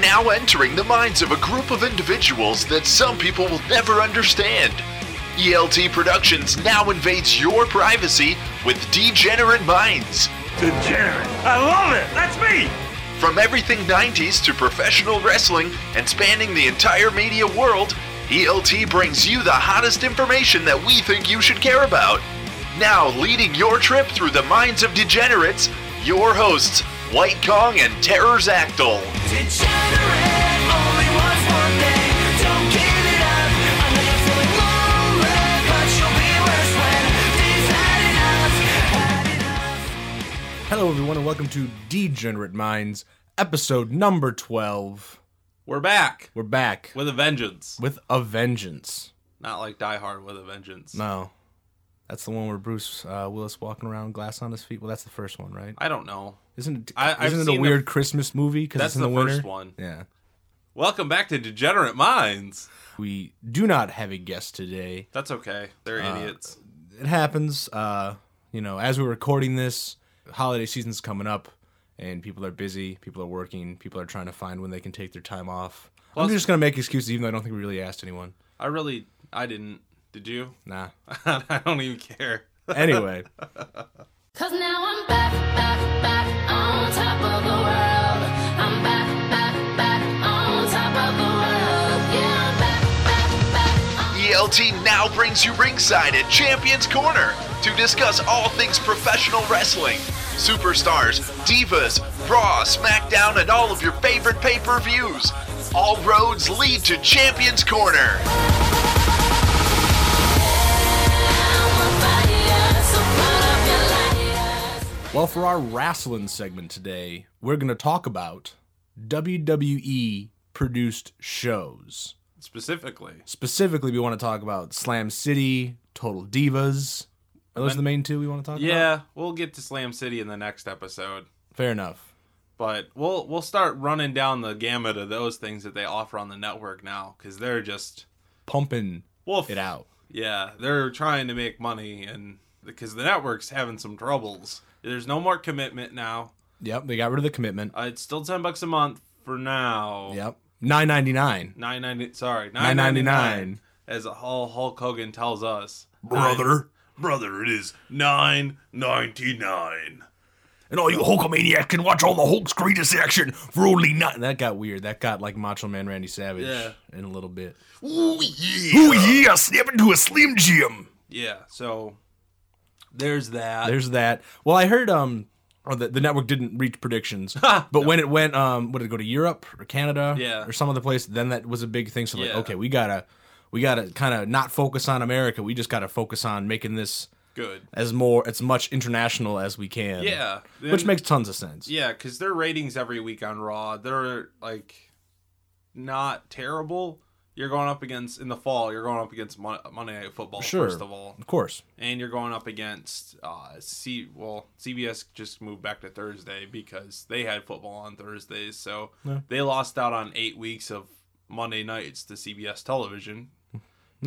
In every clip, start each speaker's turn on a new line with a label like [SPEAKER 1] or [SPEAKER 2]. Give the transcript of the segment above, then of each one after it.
[SPEAKER 1] now entering the minds of a group of individuals that some people will never understand. ELT Productions now invades your privacy with Degenerate Minds.
[SPEAKER 2] Degenerate. I love it. That's me.
[SPEAKER 1] From everything 90s to professional wrestling and spanning the entire media world, ELT brings you the hottest information that we think you should care about. Now, leading your trip through the minds of degenerates, your hosts, White Kong and Terror Zactyl.
[SPEAKER 3] Degenerate only wants one thing. Don't give it up. I know you're feeling lonely, but you'll be worse when they've had enough. Had enough.
[SPEAKER 4] Hello, everyone, and welcome to Degenerate Minds, episode number 12.
[SPEAKER 5] We're back
[SPEAKER 4] We're back
[SPEAKER 5] with a vengeance.
[SPEAKER 4] with a vengeance.
[SPEAKER 5] Not like Die Hard with a vengeance.
[SPEAKER 4] No, that's the one where Bruce uh, Willis walking around, glass on his feet. Well, that's the first one, right?
[SPEAKER 5] I don't know.
[SPEAKER 4] Isn't it,
[SPEAKER 5] I- I've
[SPEAKER 4] isn't it a
[SPEAKER 5] seen
[SPEAKER 4] weird Christmas movie? Because
[SPEAKER 5] That's
[SPEAKER 4] it's in the,
[SPEAKER 5] the
[SPEAKER 4] winter?
[SPEAKER 5] first one.
[SPEAKER 4] Yeah.
[SPEAKER 5] Welcome back to Degenerate Minds.
[SPEAKER 4] We do not have a guest today.
[SPEAKER 5] That's okay. They're
[SPEAKER 4] Uh,
[SPEAKER 5] idiots.
[SPEAKER 4] It happens. Uh, you know, as we're recording this, holiday season's coming up, and people are busy, people are working, people are trying to find when they can take their time off.
[SPEAKER 5] Plus-
[SPEAKER 4] I'm just gonna make excuses, even though I don't think we really asked anyone.
[SPEAKER 5] I really, I didn't. Did you?
[SPEAKER 4] Nah.
[SPEAKER 5] I don't even care.
[SPEAKER 4] Anyway,
[SPEAKER 6] Cause now I'm back, back, back on top of the world. I'm back, back, back on top of the world. Yeah, I'm back, back, back.
[SPEAKER 1] ELT E now brings you ringside at Champions Corner to discuss all things professional wrestling, superstars, divas, Raw, SmackDown, and all of your favorite pay per views. All roads lead to Champions Corner.
[SPEAKER 6] I'm on fire, so put up your lighters.
[SPEAKER 4] well, for our wrestling segment today, we're going to talk about WWE produced shows.
[SPEAKER 5] Specifically,
[SPEAKER 4] Specifically, we want to talk about Slam City, Total Divas. Are those the main two we want to talk about?
[SPEAKER 5] yeah, we'll get to Slam City in the next episode,
[SPEAKER 4] Fair enough.
[SPEAKER 5] but we'll we'll start running down the gamut of those things that they offer on the network now because they're just
[SPEAKER 4] Pumping
[SPEAKER 5] wolf
[SPEAKER 4] it out.
[SPEAKER 5] Yeah, they're trying to make money, and because the network's having some troubles. There's no more commitment now.
[SPEAKER 4] Yep, they got rid of the commitment.
[SPEAKER 5] Uh, it's still ten bucks a month for now.
[SPEAKER 4] Yep. Nine ninety nine.
[SPEAKER 5] Nine ninety. Sorry, nine ninety
[SPEAKER 4] $9.99.
[SPEAKER 5] nine. As all Hulk Hogan tells us, brother, it is nine ninety nine.
[SPEAKER 4] and all you Hulkamaniacs can watch all the Hulk's greatest action for only nine. That got weird. That got like Macho Man Randy Savage
[SPEAKER 5] Yeah.
[SPEAKER 4] in a little bit.
[SPEAKER 1] Ooh, yeah.
[SPEAKER 4] Oh,
[SPEAKER 1] Ooh, yeah. Snap into a Slim Jim.
[SPEAKER 5] Yeah. So there's that.
[SPEAKER 4] There's that. Well, I heard um or the, the network didn't reach predictions, but when it went um what did it go to Europe or Canada
[SPEAKER 5] Yeah.
[SPEAKER 4] or some other place, then that was a big thing. So like,
[SPEAKER 5] Yeah.
[SPEAKER 4] okay, we gotta we gotta kind of not focus on America. We just gotta focus on making this
[SPEAKER 5] good.
[SPEAKER 4] as more as much international as we can.
[SPEAKER 5] Yeah.
[SPEAKER 4] which
[SPEAKER 5] then-
[SPEAKER 4] makes tons of sense.
[SPEAKER 5] Yeah, because their ratings every week on Raw, they're like not terrible. You're going up against in the fall. You're going up against Mon- Monday Night Football
[SPEAKER 4] sure.
[SPEAKER 5] first of all,
[SPEAKER 4] of course.
[SPEAKER 5] and you're going up against uh, C. Well, CBS just moved back to Thursday because they had football on Thursdays, so they lost out on eight weeks of Monday nights to CBS television.
[SPEAKER 4] Yeah.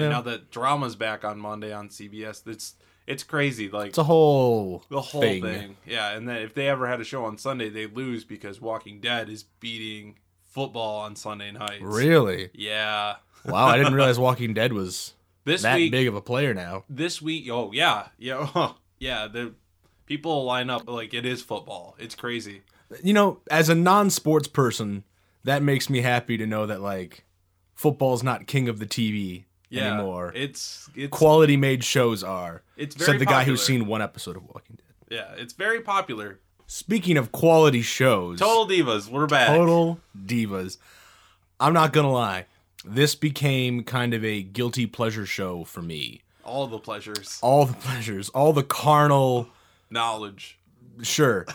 [SPEAKER 5] And now that drama's back on Monday on CBS, it's it's crazy. Like
[SPEAKER 4] It's a whole
[SPEAKER 5] the whole thing. Yeah, and then if they ever had a show on Sunday, they lose because Walking Dead is beating football on Sunday nights.
[SPEAKER 4] Really?
[SPEAKER 5] Yeah.
[SPEAKER 4] Wow, I didn't realize Walking Dead was
[SPEAKER 5] This
[SPEAKER 4] that
[SPEAKER 5] week
[SPEAKER 4] big of a player now.
[SPEAKER 5] this week oh yeah. Yeah. yeah, the people line up like it is football. It's crazy.
[SPEAKER 4] you know, as a non-sports person, that makes me happy to know that like football's not king of the TV
[SPEAKER 5] Yeah.
[SPEAKER 4] anymore.
[SPEAKER 5] It's it's
[SPEAKER 4] Quality made shows are.
[SPEAKER 5] It's
[SPEAKER 4] said
[SPEAKER 5] very
[SPEAKER 4] the guy who's
[SPEAKER 5] popular.
[SPEAKER 4] seen one episode of Walking Dead.
[SPEAKER 5] yeah, it's very popular.
[SPEAKER 4] Speaking of quality shows,
[SPEAKER 5] Total Divas, we're back.
[SPEAKER 4] total divas. I'm not gonna lie, this became kind of a guilty pleasure show for me.
[SPEAKER 5] All the pleasures.
[SPEAKER 4] All the pleasures, all the carnal
[SPEAKER 5] Knowledge.
[SPEAKER 4] Sure.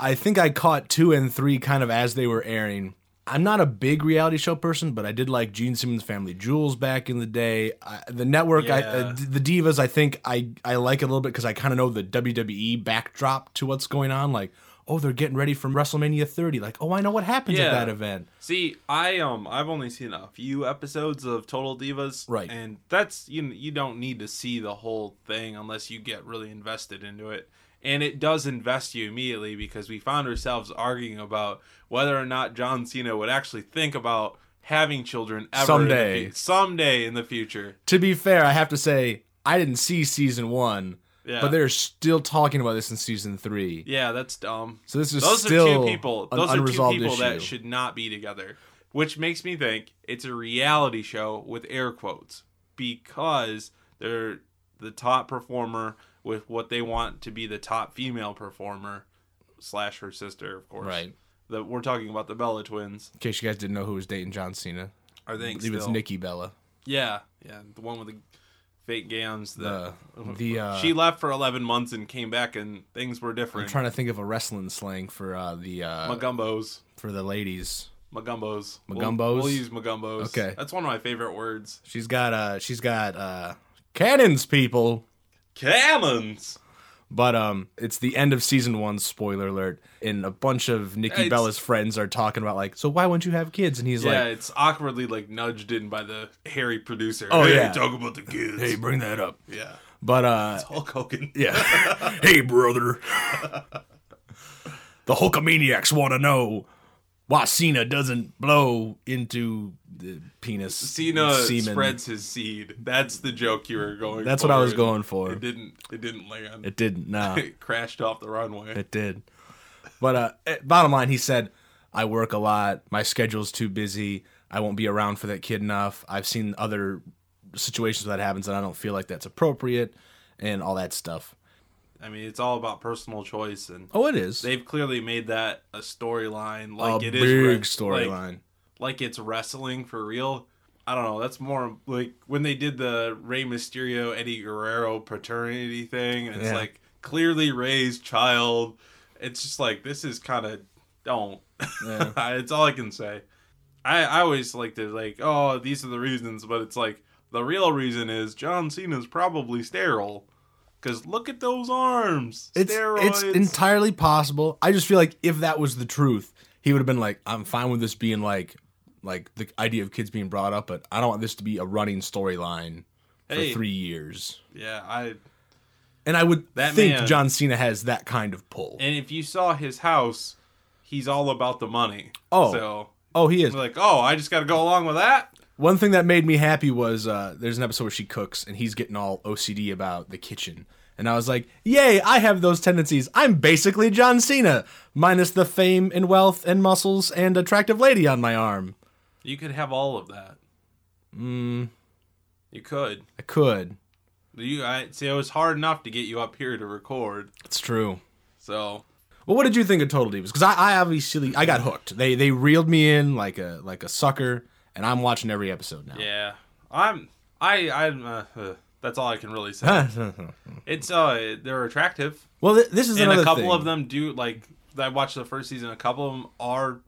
[SPEAKER 4] I think I caught two and three kind of as they were airing. I'm not a big reality show person, but I did like Gene Simmons' Family Jewels back in the day. I, the network, I, uh,
[SPEAKER 5] Yeah.
[SPEAKER 4] d- the divas, I think I I like a little bit because I kind of know the WWE backdrop to what's going on. Like, oh, they're getting ready for WrestleMania 30. Like, oh, I know what happens at
[SPEAKER 5] Yeah.
[SPEAKER 4] that event.
[SPEAKER 5] See, I um, I've only seen a few episodes of Total Divas,
[SPEAKER 4] Right.
[SPEAKER 5] And that's you. You don't need to see the whole thing unless you get really invested into it. And it does invest you immediately because we found ourselves arguing about whether or not John Cena would actually think about having children ever in the
[SPEAKER 4] Someday.
[SPEAKER 5] fu- someday in the future.
[SPEAKER 4] To be fair, I have to say I didn't see season one,
[SPEAKER 5] Yeah.
[SPEAKER 4] but they're still talking about this in season three.
[SPEAKER 5] Yeah, that's dumb.
[SPEAKER 4] So this is
[SPEAKER 5] those
[SPEAKER 4] still
[SPEAKER 5] are two people.
[SPEAKER 4] an
[SPEAKER 5] Those are two
[SPEAKER 4] unresolved
[SPEAKER 5] people that
[SPEAKER 4] issue.
[SPEAKER 5] should not be together. Which makes me think it's a reality show with air quotes because they're the top performer with what they want to be the top female performer slash her sister, of course.
[SPEAKER 4] Right.
[SPEAKER 5] The, we're talking about the Bella twins.
[SPEAKER 4] In case you guys didn't know who was dating John Cena,
[SPEAKER 5] I
[SPEAKER 4] I
[SPEAKER 5] think
[SPEAKER 4] believe it's
[SPEAKER 5] still-
[SPEAKER 4] Nikki Bella.
[SPEAKER 5] Yeah, yeah, the one with the fake gowns.
[SPEAKER 4] The
[SPEAKER 5] That
[SPEAKER 4] the uh,
[SPEAKER 5] she left for eleven months and came back, and things were
[SPEAKER 4] I'm
[SPEAKER 5] different.
[SPEAKER 4] trying to think of a wrestling slang for uh, the uh,
[SPEAKER 5] Magumbos.
[SPEAKER 4] for the ladies.
[SPEAKER 5] Magumbos. We'll-
[SPEAKER 4] Magumbos?
[SPEAKER 5] We'll, use magumbos.
[SPEAKER 4] Okay.
[SPEAKER 5] That's one of my favorite words.
[SPEAKER 4] She's got uh she's got uh cannons people.
[SPEAKER 5] Cannons.
[SPEAKER 4] But um it's the end of season one, spoiler alert, and a bunch of Nikki
[SPEAKER 5] It's-
[SPEAKER 4] Bella's friends are talking about like, so why won't you have kids? And he's
[SPEAKER 5] yeah,
[SPEAKER 4] like
[SPEAKER 5] it's awkwardly like nudged in by the hairy producer.
[SPEAKER 4] Oh,
[SPEAKER 5] hey,
[SPEAKER 4] yeah.
[SPEAKER 5] Talk about the kids.
[SPEAKER 4] bring that up.
[SPEAKER 5] Yeah.
[SPEAKER 4] But uh
[SPEAKER 5] Hulk Hogan.
[SPEAKER 4] Yeah. hey, brother. the Hulkamaniacs want to know why Cena doesn't blow into the penis.
[SPEAKER 5] Cena
[SPEAKER 4] semen.
[SPEAKER 5] spreads his seed. That's the joke you were going.
[SPEAKER 4] That's
[SPEAKER 5] for.
[SPEAKER 4] what I was
[SPEAKER 5] and
[SPEAKER 4] going for.
[SPEAKER 5] It didn't. It didn't land. It,
[SPEAKER 4] It didn't. Nah,
[SPEAKER 5] crashed off the runway.
[SPEAKER 4] it did. But uh, eh, bottom line, he said, I work a lot. My schedule's too busy. I won't be around for that kid enough. I've seen other situations where that happens, and I don't feel like that's appropriate and all that stuff.
[SPEAKER 5] I mean, it's all about personal choice, and
[SPEAKER 4] Oh, it is.
[SPEAKER 5] they've clearly made that a storyline.
[SPEAKER 4] a
[SPEAKER 5] Like it is
[SPEAKER 4] big
[SPEAKER 5] wrest-
[SPEAKER 4] storyline.
[SPEAKER 5] Like, like it's wrestling for real. I don't know. That's more like when they did the Rey Mysterio Eddie Guerrero paternity thing, and it's
[SPEAKER 4] Yeah.
[SPEAKER 5] like clearly Rey's child. It's just like this is kind of don't. it's all I can say. I I always like to like oh these are the reasons, but it's like the real reason is John Cena's probably sterile. Cause look at those arms.
[SPEAKER 4] It's it's
[SPEAKER 5] Steroids.
[SPEAKER 4] entirely possible. I just feel like if that was the truth, he would have been like, "I'm fine with this being like, like the idea of kids being brought up, but I don't want this to be a running storyline for
[SPEAKER 5] Hey.
[SPEAKER 4] three years."
[SPEAKER 5] yeah. I
[SPEAKER 4] And I would
[SPEAKER 5] That
[SPEAKER 4] think
[SPEAKER 5] man-
[SPEAKER 4] John Cena has that kind of pull.
[SPEAKER 5] and if you saw his house, he's all about the money.
[SPEAKER 4] Oh.
[SPEAKER 5] so
[SPEAKER 4] oh, he is.
[SPEAKER 5] It's like, oh, I just got to go along with that.
[SPEAKER 4] One thing that made me happy was uh, there's an episode where she cooks and he's getting all OCD about the kitchen. And I was like, yay, I have those tendencies. I'm basically John Cena, minus the fame and wealth and muscles and attractive lady on my arm.
[SPEAKER 5] You could have all of that. Mm. You could.
[SPEAKER 4] I could.
[SPEAKER 5] You I see. It was hard enough to get you up here to record.
[SPEAKER 4] It's true.
[SPEAKER 5] So
[SPEAKER 4] Well, what did you think of Total Divas? Because I, I obviously I got hooked. They they reeled me in like a like a sucker, and I'm watching every episode now.
[SPEAKER 5] yeah, I'm. I. I'm. Uh, uh, that's all I can really say. it's. Uh. They're attractive,
[SPEAKER 4] well, th- this is
[SPEAKER 5] and
[SPEAKER 4] another
[SPEAKER 5] a couple
[SPEAKER 4] thing.
[SPEAKER 5] of them do like. I watched the first season. A couple of them are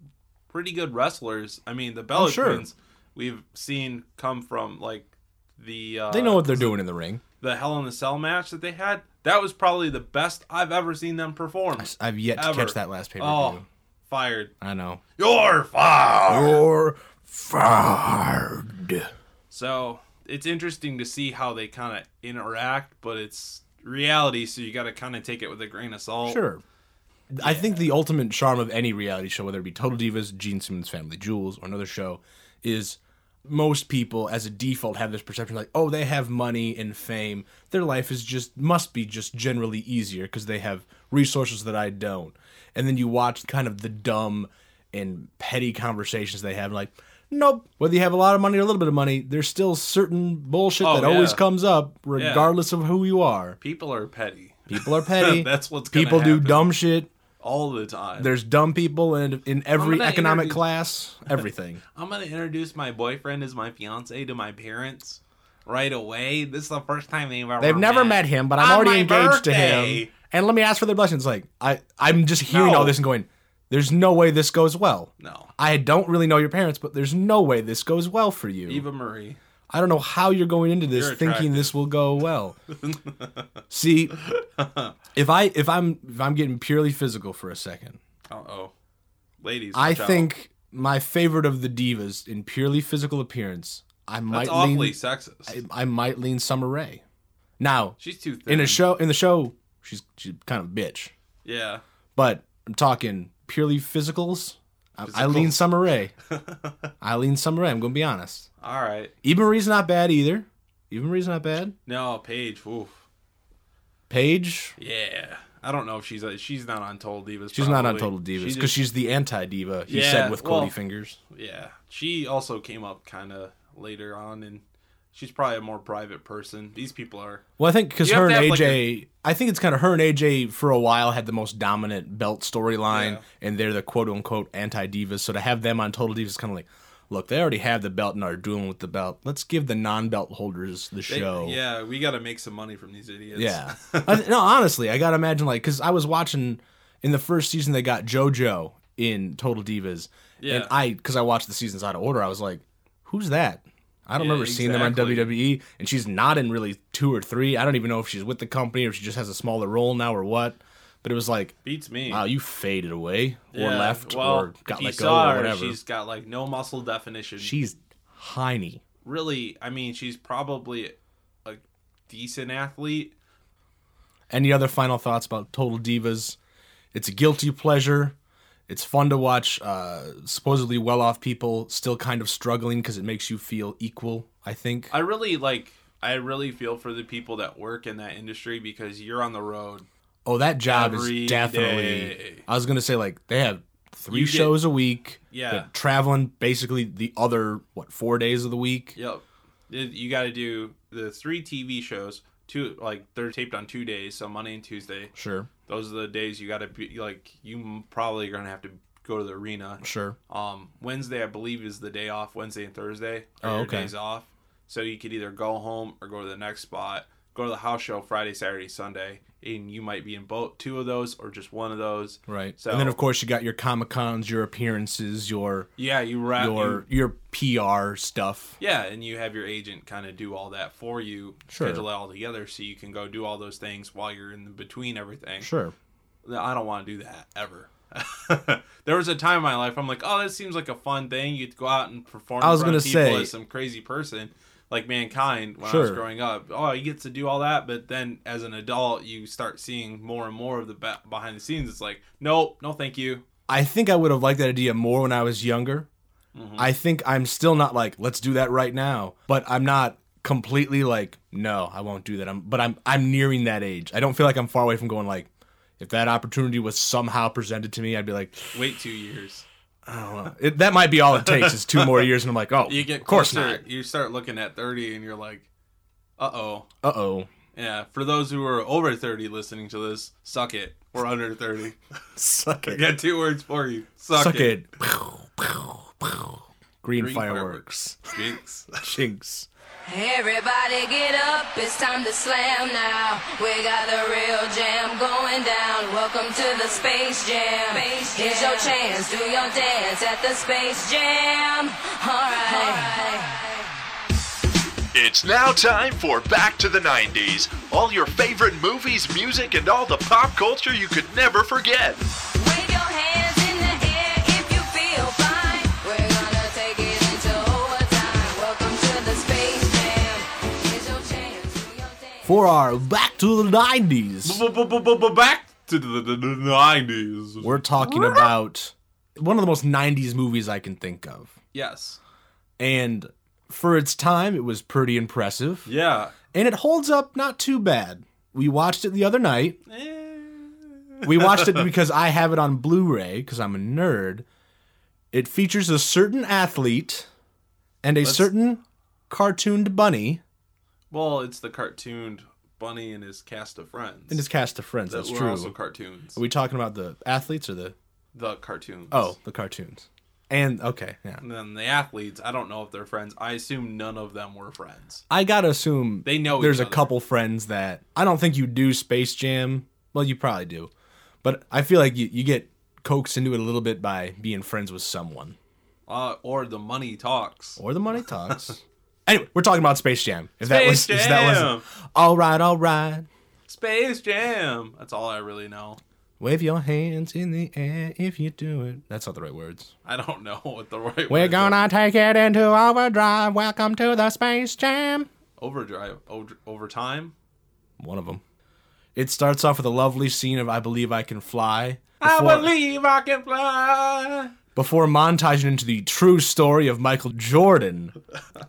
[SPEAKER 5] pretty good wrestlers. I mean, the Bella
[SPEAKER 4] sure.
[SPEAKER 5] Twins we've seen come from like the. Uh,
[SPEAKER 4] They know what they're doing in the ring.
[SPEAKER 5] the Hell in a Cell match that they had, that was probably the best I've ever seen them perform.
[SPEAKER 4] I've yet to
[SPEAKER 5] Ever.
[SPEAKER 4] catch that last pay per view.
[SPEAKER 5] Oh, fired.
[SPEAKER 4] I know.
[SPEAKER 5] You're fired.
[SPEAKER 4] You're fired.
[SPEAKER 5] So it's interesting to see how they kind of interact, but it's reality, so you got to kind of take it with a grain of salt.
[SPEAKER 4] Sure. I think the ultimate charm of any reality show, whether it be Total Divas, Gene Simmons' Family Jewels, or another show, is most people, as a default, have this perception like, oh, they have money and fame. Their life is just, must be just generally easier because they have resources that I don't. And then you watch kind of the dumb and petty conversations they have, like, nope, whether you have a lot of money or a little bit of money, there's still certain bullshit
[SPEAKER 5] Oh,
[SPEAKER 4] that always
[SPEAKER 5] yeah.
[SPEAKER 4] comes up, regardless of who you are.
[SPEAKER 5] People are petty.
[SPEAKER 4] People are petty.
[SPEAKER 5] That's what's gonna
[SPEAKER 4] people do
[SPEAKER 5] happen.
[SPEAKER 4] dumb shit.
[SPEAKER 5] all the time.
[SPEAKER 4] There's dumb people in in every
[SPEAKER 5] gonna
[SPEAKER 4] economic
[SPEAKER 5] introduce-
[SPEAKER 4] class, everything.
[SPEAKER 5] I'm gonna introduce my boyfriend as my fiance to my parents right away. This is the first time they've ever
[SPEAKER 4] They've never met him, but I'm
[SPEAKER 5] On
[SPEAKER 4] already
[SPEAKER 5] my
[SPEAKER 4] engaged to him.
[SPEAKER 5] birthday.
[SPEAKER 4] And let me ask for their blessings. Like I, I'm just hearing
[SPEAKER 5] No.
[SPEAKER 4] all this and going, "There's no way this goes well."
[SPEAKER 5] No,
[SPEAKER 4] I don't really know your parents, but there's no way this goes well for you.
[SPEAKER 5] Eva Marie.
[SPEAKER 4] I don't know how you're going into this
[SPEAKER 5] You're
[SPEAKER 4] thinking this will go well. See, if I if I'm if I'm getting purely physical for a second,
[SPEAKER 5] Uh oh, ladies.
[SPEAKER 4] I
[SPEAKER 5] watch out.
[SPEAKER 4] think my favorite of the divas in purely physical appearance, I might
[SPEAKER 5] that's awfully
[SPEAKER 4] lean
[SPEAKER 5] sexist.
[SPEAKER 4] I might lean Summer Rae. Now,
[SPEAKER 5] She's too thin.
[SPEAKER 4] in a show in the show, She's she's kind of a bitch.
[SPEAKER 5] Yeah.
[SPEAKER 4] But I'm talking purely physicals. I- Eileen Summer Rae. Eileen Summer Rae, I'm gonna be honest.
[SPEAKER 5] All right.
[SPEAKER 4] Eva Marie's not bad either. Eva Marie's not bad.
[SPEAKER 5] No, Paige. Oof.
[SPEAKER 4] Paige,
[SPEAKER 5] Yeah. I don't know if she's uh, she's not on Total Divas.
[SPEAKER 4] she's not on
[SPEAKER 5] probably.
[SPEAKER 4] Total Divas
[SPEAKER 5] She
[SPEAKER 4] because
[SPEAKER 5] just-
[SPEAKER 4] she's the anti diva. He
[SPEAKER 5] Yeah,
[SPEAKER 4] said with Cody
[SPEAKER 5] well-
[SPEAKER 4] Fingers.
[SPEAKER 5] yeah. She also came up kind of later on, and she's probably a more private person. These people are.
[SPEAKER 4] Well, I think because
[SPEAKER 5] You have
[SPEAKER 4] her
[SPEAKER 5] to
[SPEAKER 4] and
[SPEAKER 5] have,
[SPEAKER 4] AJ,
[SPEAKER 5] like,
[SPEAKER 4] I think it's kind of her and AJ for a while had the most dominant belt storyline,
[SPEAKER 5] Yeah.
[SPEAKER 4] and they're the quote unquote anti divas. So to have them on Total Divas is kind of like, look, they already have the belt and are dueling with the belt. Let's give the non belt holders the
[SPEAKER 5] They,
[SPEAKER 4] show.
[SPEAKER 5] Yeah, we got to make some money from these idiots.
[SPEAKER 4] Yeah. I, no, honestly, I gotta imagine like because I was watching in the first season they got JoJo in Total Divas,
[SPEAKER 5] Yeah.
[SPEAKER 4] and I because I watched the seasons out of order, I was like, who's that? I don't
[SPEAKER 5] Yeah,
[SPEAKER 4] remember seeing them on
[SPEAKER 5] exactly.
[SPEAKER 4] WWE, and she's not in really two or three. I don't even know if she's with the company or if she just has a smaller role now or what. But it was like,
[SPEAKER 5] Beats me.
[SPEAKER 4] wow, you faded away or
[SPEAKER 5] Yeah,
[SPEAKER 4] left
[SPEAKER 5] well,
[SPEAKER 4] or got
[SPEAKER 5] if you
[SPEAKER 4] let go
[SPEAKER 5] saw
[SPEAKER 4] or
[SPEAKER 5] her,
[SPEAKER 4] whatever.
[SPEAKER 5] She's got like no muscle definition.
[SPEAKER 4] she's tiny.
[SPEAKER 5] really, I mean, she's probably a decent athlete.
[SPEAKER 4] Any other final thoughts about Total Divas? It's a guilty pleasure. It's fun to watch uh, supposedly well off people still kind of struggling because it makes you feel equal, I think.
[SPEAKER 5] I really like. I really feel for the people that work in that industry because you're on the road.
[SPEAKER 4] oh, that job
[SPEAKER 5] Every
[SPEAKER 4] is definitely.
[SPEAKER 5] day.
[SPEAKER 4] I was going to say, like, they have three
[SPEAKER 5] You get-
[SPEAKER 4] shows a week.
[SPEAKER 5] Yeah.
[SPEAKER 4] They're traveling basically the other, what, four days of the week?
[SPEAKER 5] Yep. You- You got to do the three TV shows. Two like they're taped on two days, so Monday and Tuesday.
[SPEAKER 4] Sure,
[SPEAKER 5] Those are the days you got to be like. You m- probably are gonna have to go to the arena.
[SPEAKER 4] sure.
[SPEAKER 5] Um, Wednesday I believe is the day off. Wednesday and Thursday are
[SPEAKER 4] Oh,
[SPEAKER 5] your
[SPEAKER 4] okay.
[SPEAKER 5] days off, so you could either go home or go to the next spot. Go to the house show Friday, Saturday, Sunday, and you might be in both two of those or just one of those.
[SPEAKER 4] Right.
[SPEAKER 5] So
[SPEAKER 4] and then, of course, you got your Comic Cons, your appearances, your.
[SPEAKER 5] yeah, you wrap
[SPEAKER 4] Your your PR stuff.
[SPEAKER 5] Yeah, and you have your agent kind of do all that for you,
[SPEAKER 4] Sure.
[SPEAKER 5] schedule it all together so you can go do all those things while you're in the between everything.
[SPEAKER 4] Sure.
[SPEAKER 5] I don't want to do that ever. there was a time in my life I'm like, oh, that seems like a fun thing. You'd go out and perform.
[SPEAKER 4] I was
[SPEAKER 5] going to
[SPEAKER 4] gonna say-
[SPEAKER 5] as some crazy person like mankind when I was
[SPEAKER 4] Sure.
[SPEAKER 5] growing up. Oh, you get to do all that, but then as an adult, you start seeing more and more of the ba- behind the scenes. It's like, nope, no, thank you.
[SPEAKER 4] I think I would have liked that idea more when I was younger. I think I'm still not like, let's do that right now. But I'm not completely like, no, I won't do that. I'm but I'm I'm nearing that age. I don't feel like I'm far away from going like if that opportunity was somehow presented to me, I'd be like,
[SPEAKER 5] Wait two years.
[SPEAKER 4] it, that might be all it takes is two more years, and I'm like, oh,
[SPEAKER 5] You get
[SPEAKER 4] of course
[SPEAKER 5] closer,
[SPEAKER 4] not.
[SPEAKER 5] You start looking at 30 and you're like, uh oh.
[SPEAKER 4] Uh oh,
[SPEAKER 5] Yeah, for those who are over 30 listening to this, suck it. We're under 30.
[SPEAKER 4] suck
[SPEAKER 5] I
[SPEAKER 4] it,
[SPEAKER 5] got two words for you. Suck,
[SPEAKER 4] suck
[SPEAKER 5] it.
[SPEAKER 4] it. Pow, pow, pow. Green,
[SPEAKER 5] Green
[SPEAKER 4] fireworks,
[SPEAKER 5] Jinx.
[SPEAKER 4] chinks.
[SPEAKER 6] Everybody get up, it's time to slam now. We got the real jam going down. Welcome to the Space Jam. Here's your chance, do your dance at the Space Jam. Alright.
[SPEAKER 1] It's now time for Back to the 90s. All your favorite movies, music, and all the pop culture you could never forget.
[SPEAKER 6] Wave your hands in the air if you feel fine. We're gonna take it into overtime. Welcome to the Space Jam. Here's your chance, do your dance.
[SPEAKER 4] For our back to the nineties.
[SPEAKER 5] Back to the, the, the 90s.
[SPEAKER 4] We're talking about one of the most 90s movies I can think of.
[SPEAKER 5] Yes.
[SPEAKER 4] And for its time, it was pretty impressive.
[SPEAKER 5] Yeah.
[SPEAKER 4] And it holds up not too bad. We watched it the other night.
[SPEAKER 5] Eh.
[SPEAKER 4] We watched it because I have it on Blu ray because I'm a nerd. It features a certain athlete and a certain cartooned bunny
[SPEAKER 5] Well, it's the cartooned bunny and his cast of friends.
[SPEAKER 4] in his cast of friends.
[SPEAKER 5] that
[SPEAKER 4] That's
[SPEAKER 5] were
[SPEAKER 4] true.
[SPEAKER 5] also cartoons.
[SPEAKER 4] Are we talking about the athletes or the.
[SPEAKER 5] the cartoons.
[SPEAKER 4] Oh, the cartoons. And, okay, yeah.
[SPEAKER 5] And then the athletes, I don't know if they're friends. I assume none of them were friends.
[SPEAKER 4] I gotta assume
[SPEAKER 5] They know each
[SPEAKER 4] There's a
[SPEAKER 5] other.
[SPEAKER 4] couple friends that I don't think you do Space Jam. Well, you probably do, but I feel like you, you get coaxed into it a little bit by being friends with someone
[SPEAKER 5] Uh, or the money talks.
[SPEAKER 4] or the money talks. anyway, we're talking about Space Jam. If that was,
[SPEAKER 5] Space
[SPEAKER 4] if that
[SPEAKER 5] Jam.
[SPEAKER 4] was all right, all right.
[SPEAKER 5] Space Jam. That's all I really know.
[SPEAKER 4] Wave your hands in the air if you do it. That's not the right words.
[SPEAKER 5] I don't know what the right
[SPEAKER 4] We're
[SPEAKER 5] words are.
[SPEAKER 4] gonna take it into overdrive. Welcome to the Space Jam.
[SPEAKER 5] overdrive over, overtime.
[SPEAKER 4] One of them. It starts off with a lovely scene of I Believe I Can Fly.
[SPEAKER 5] I
[SPEAKER 4] Before,
[SPEAKER 5] believe I can fly.
[SPEAKER 4] before montaging into the true story of Michael Jordan,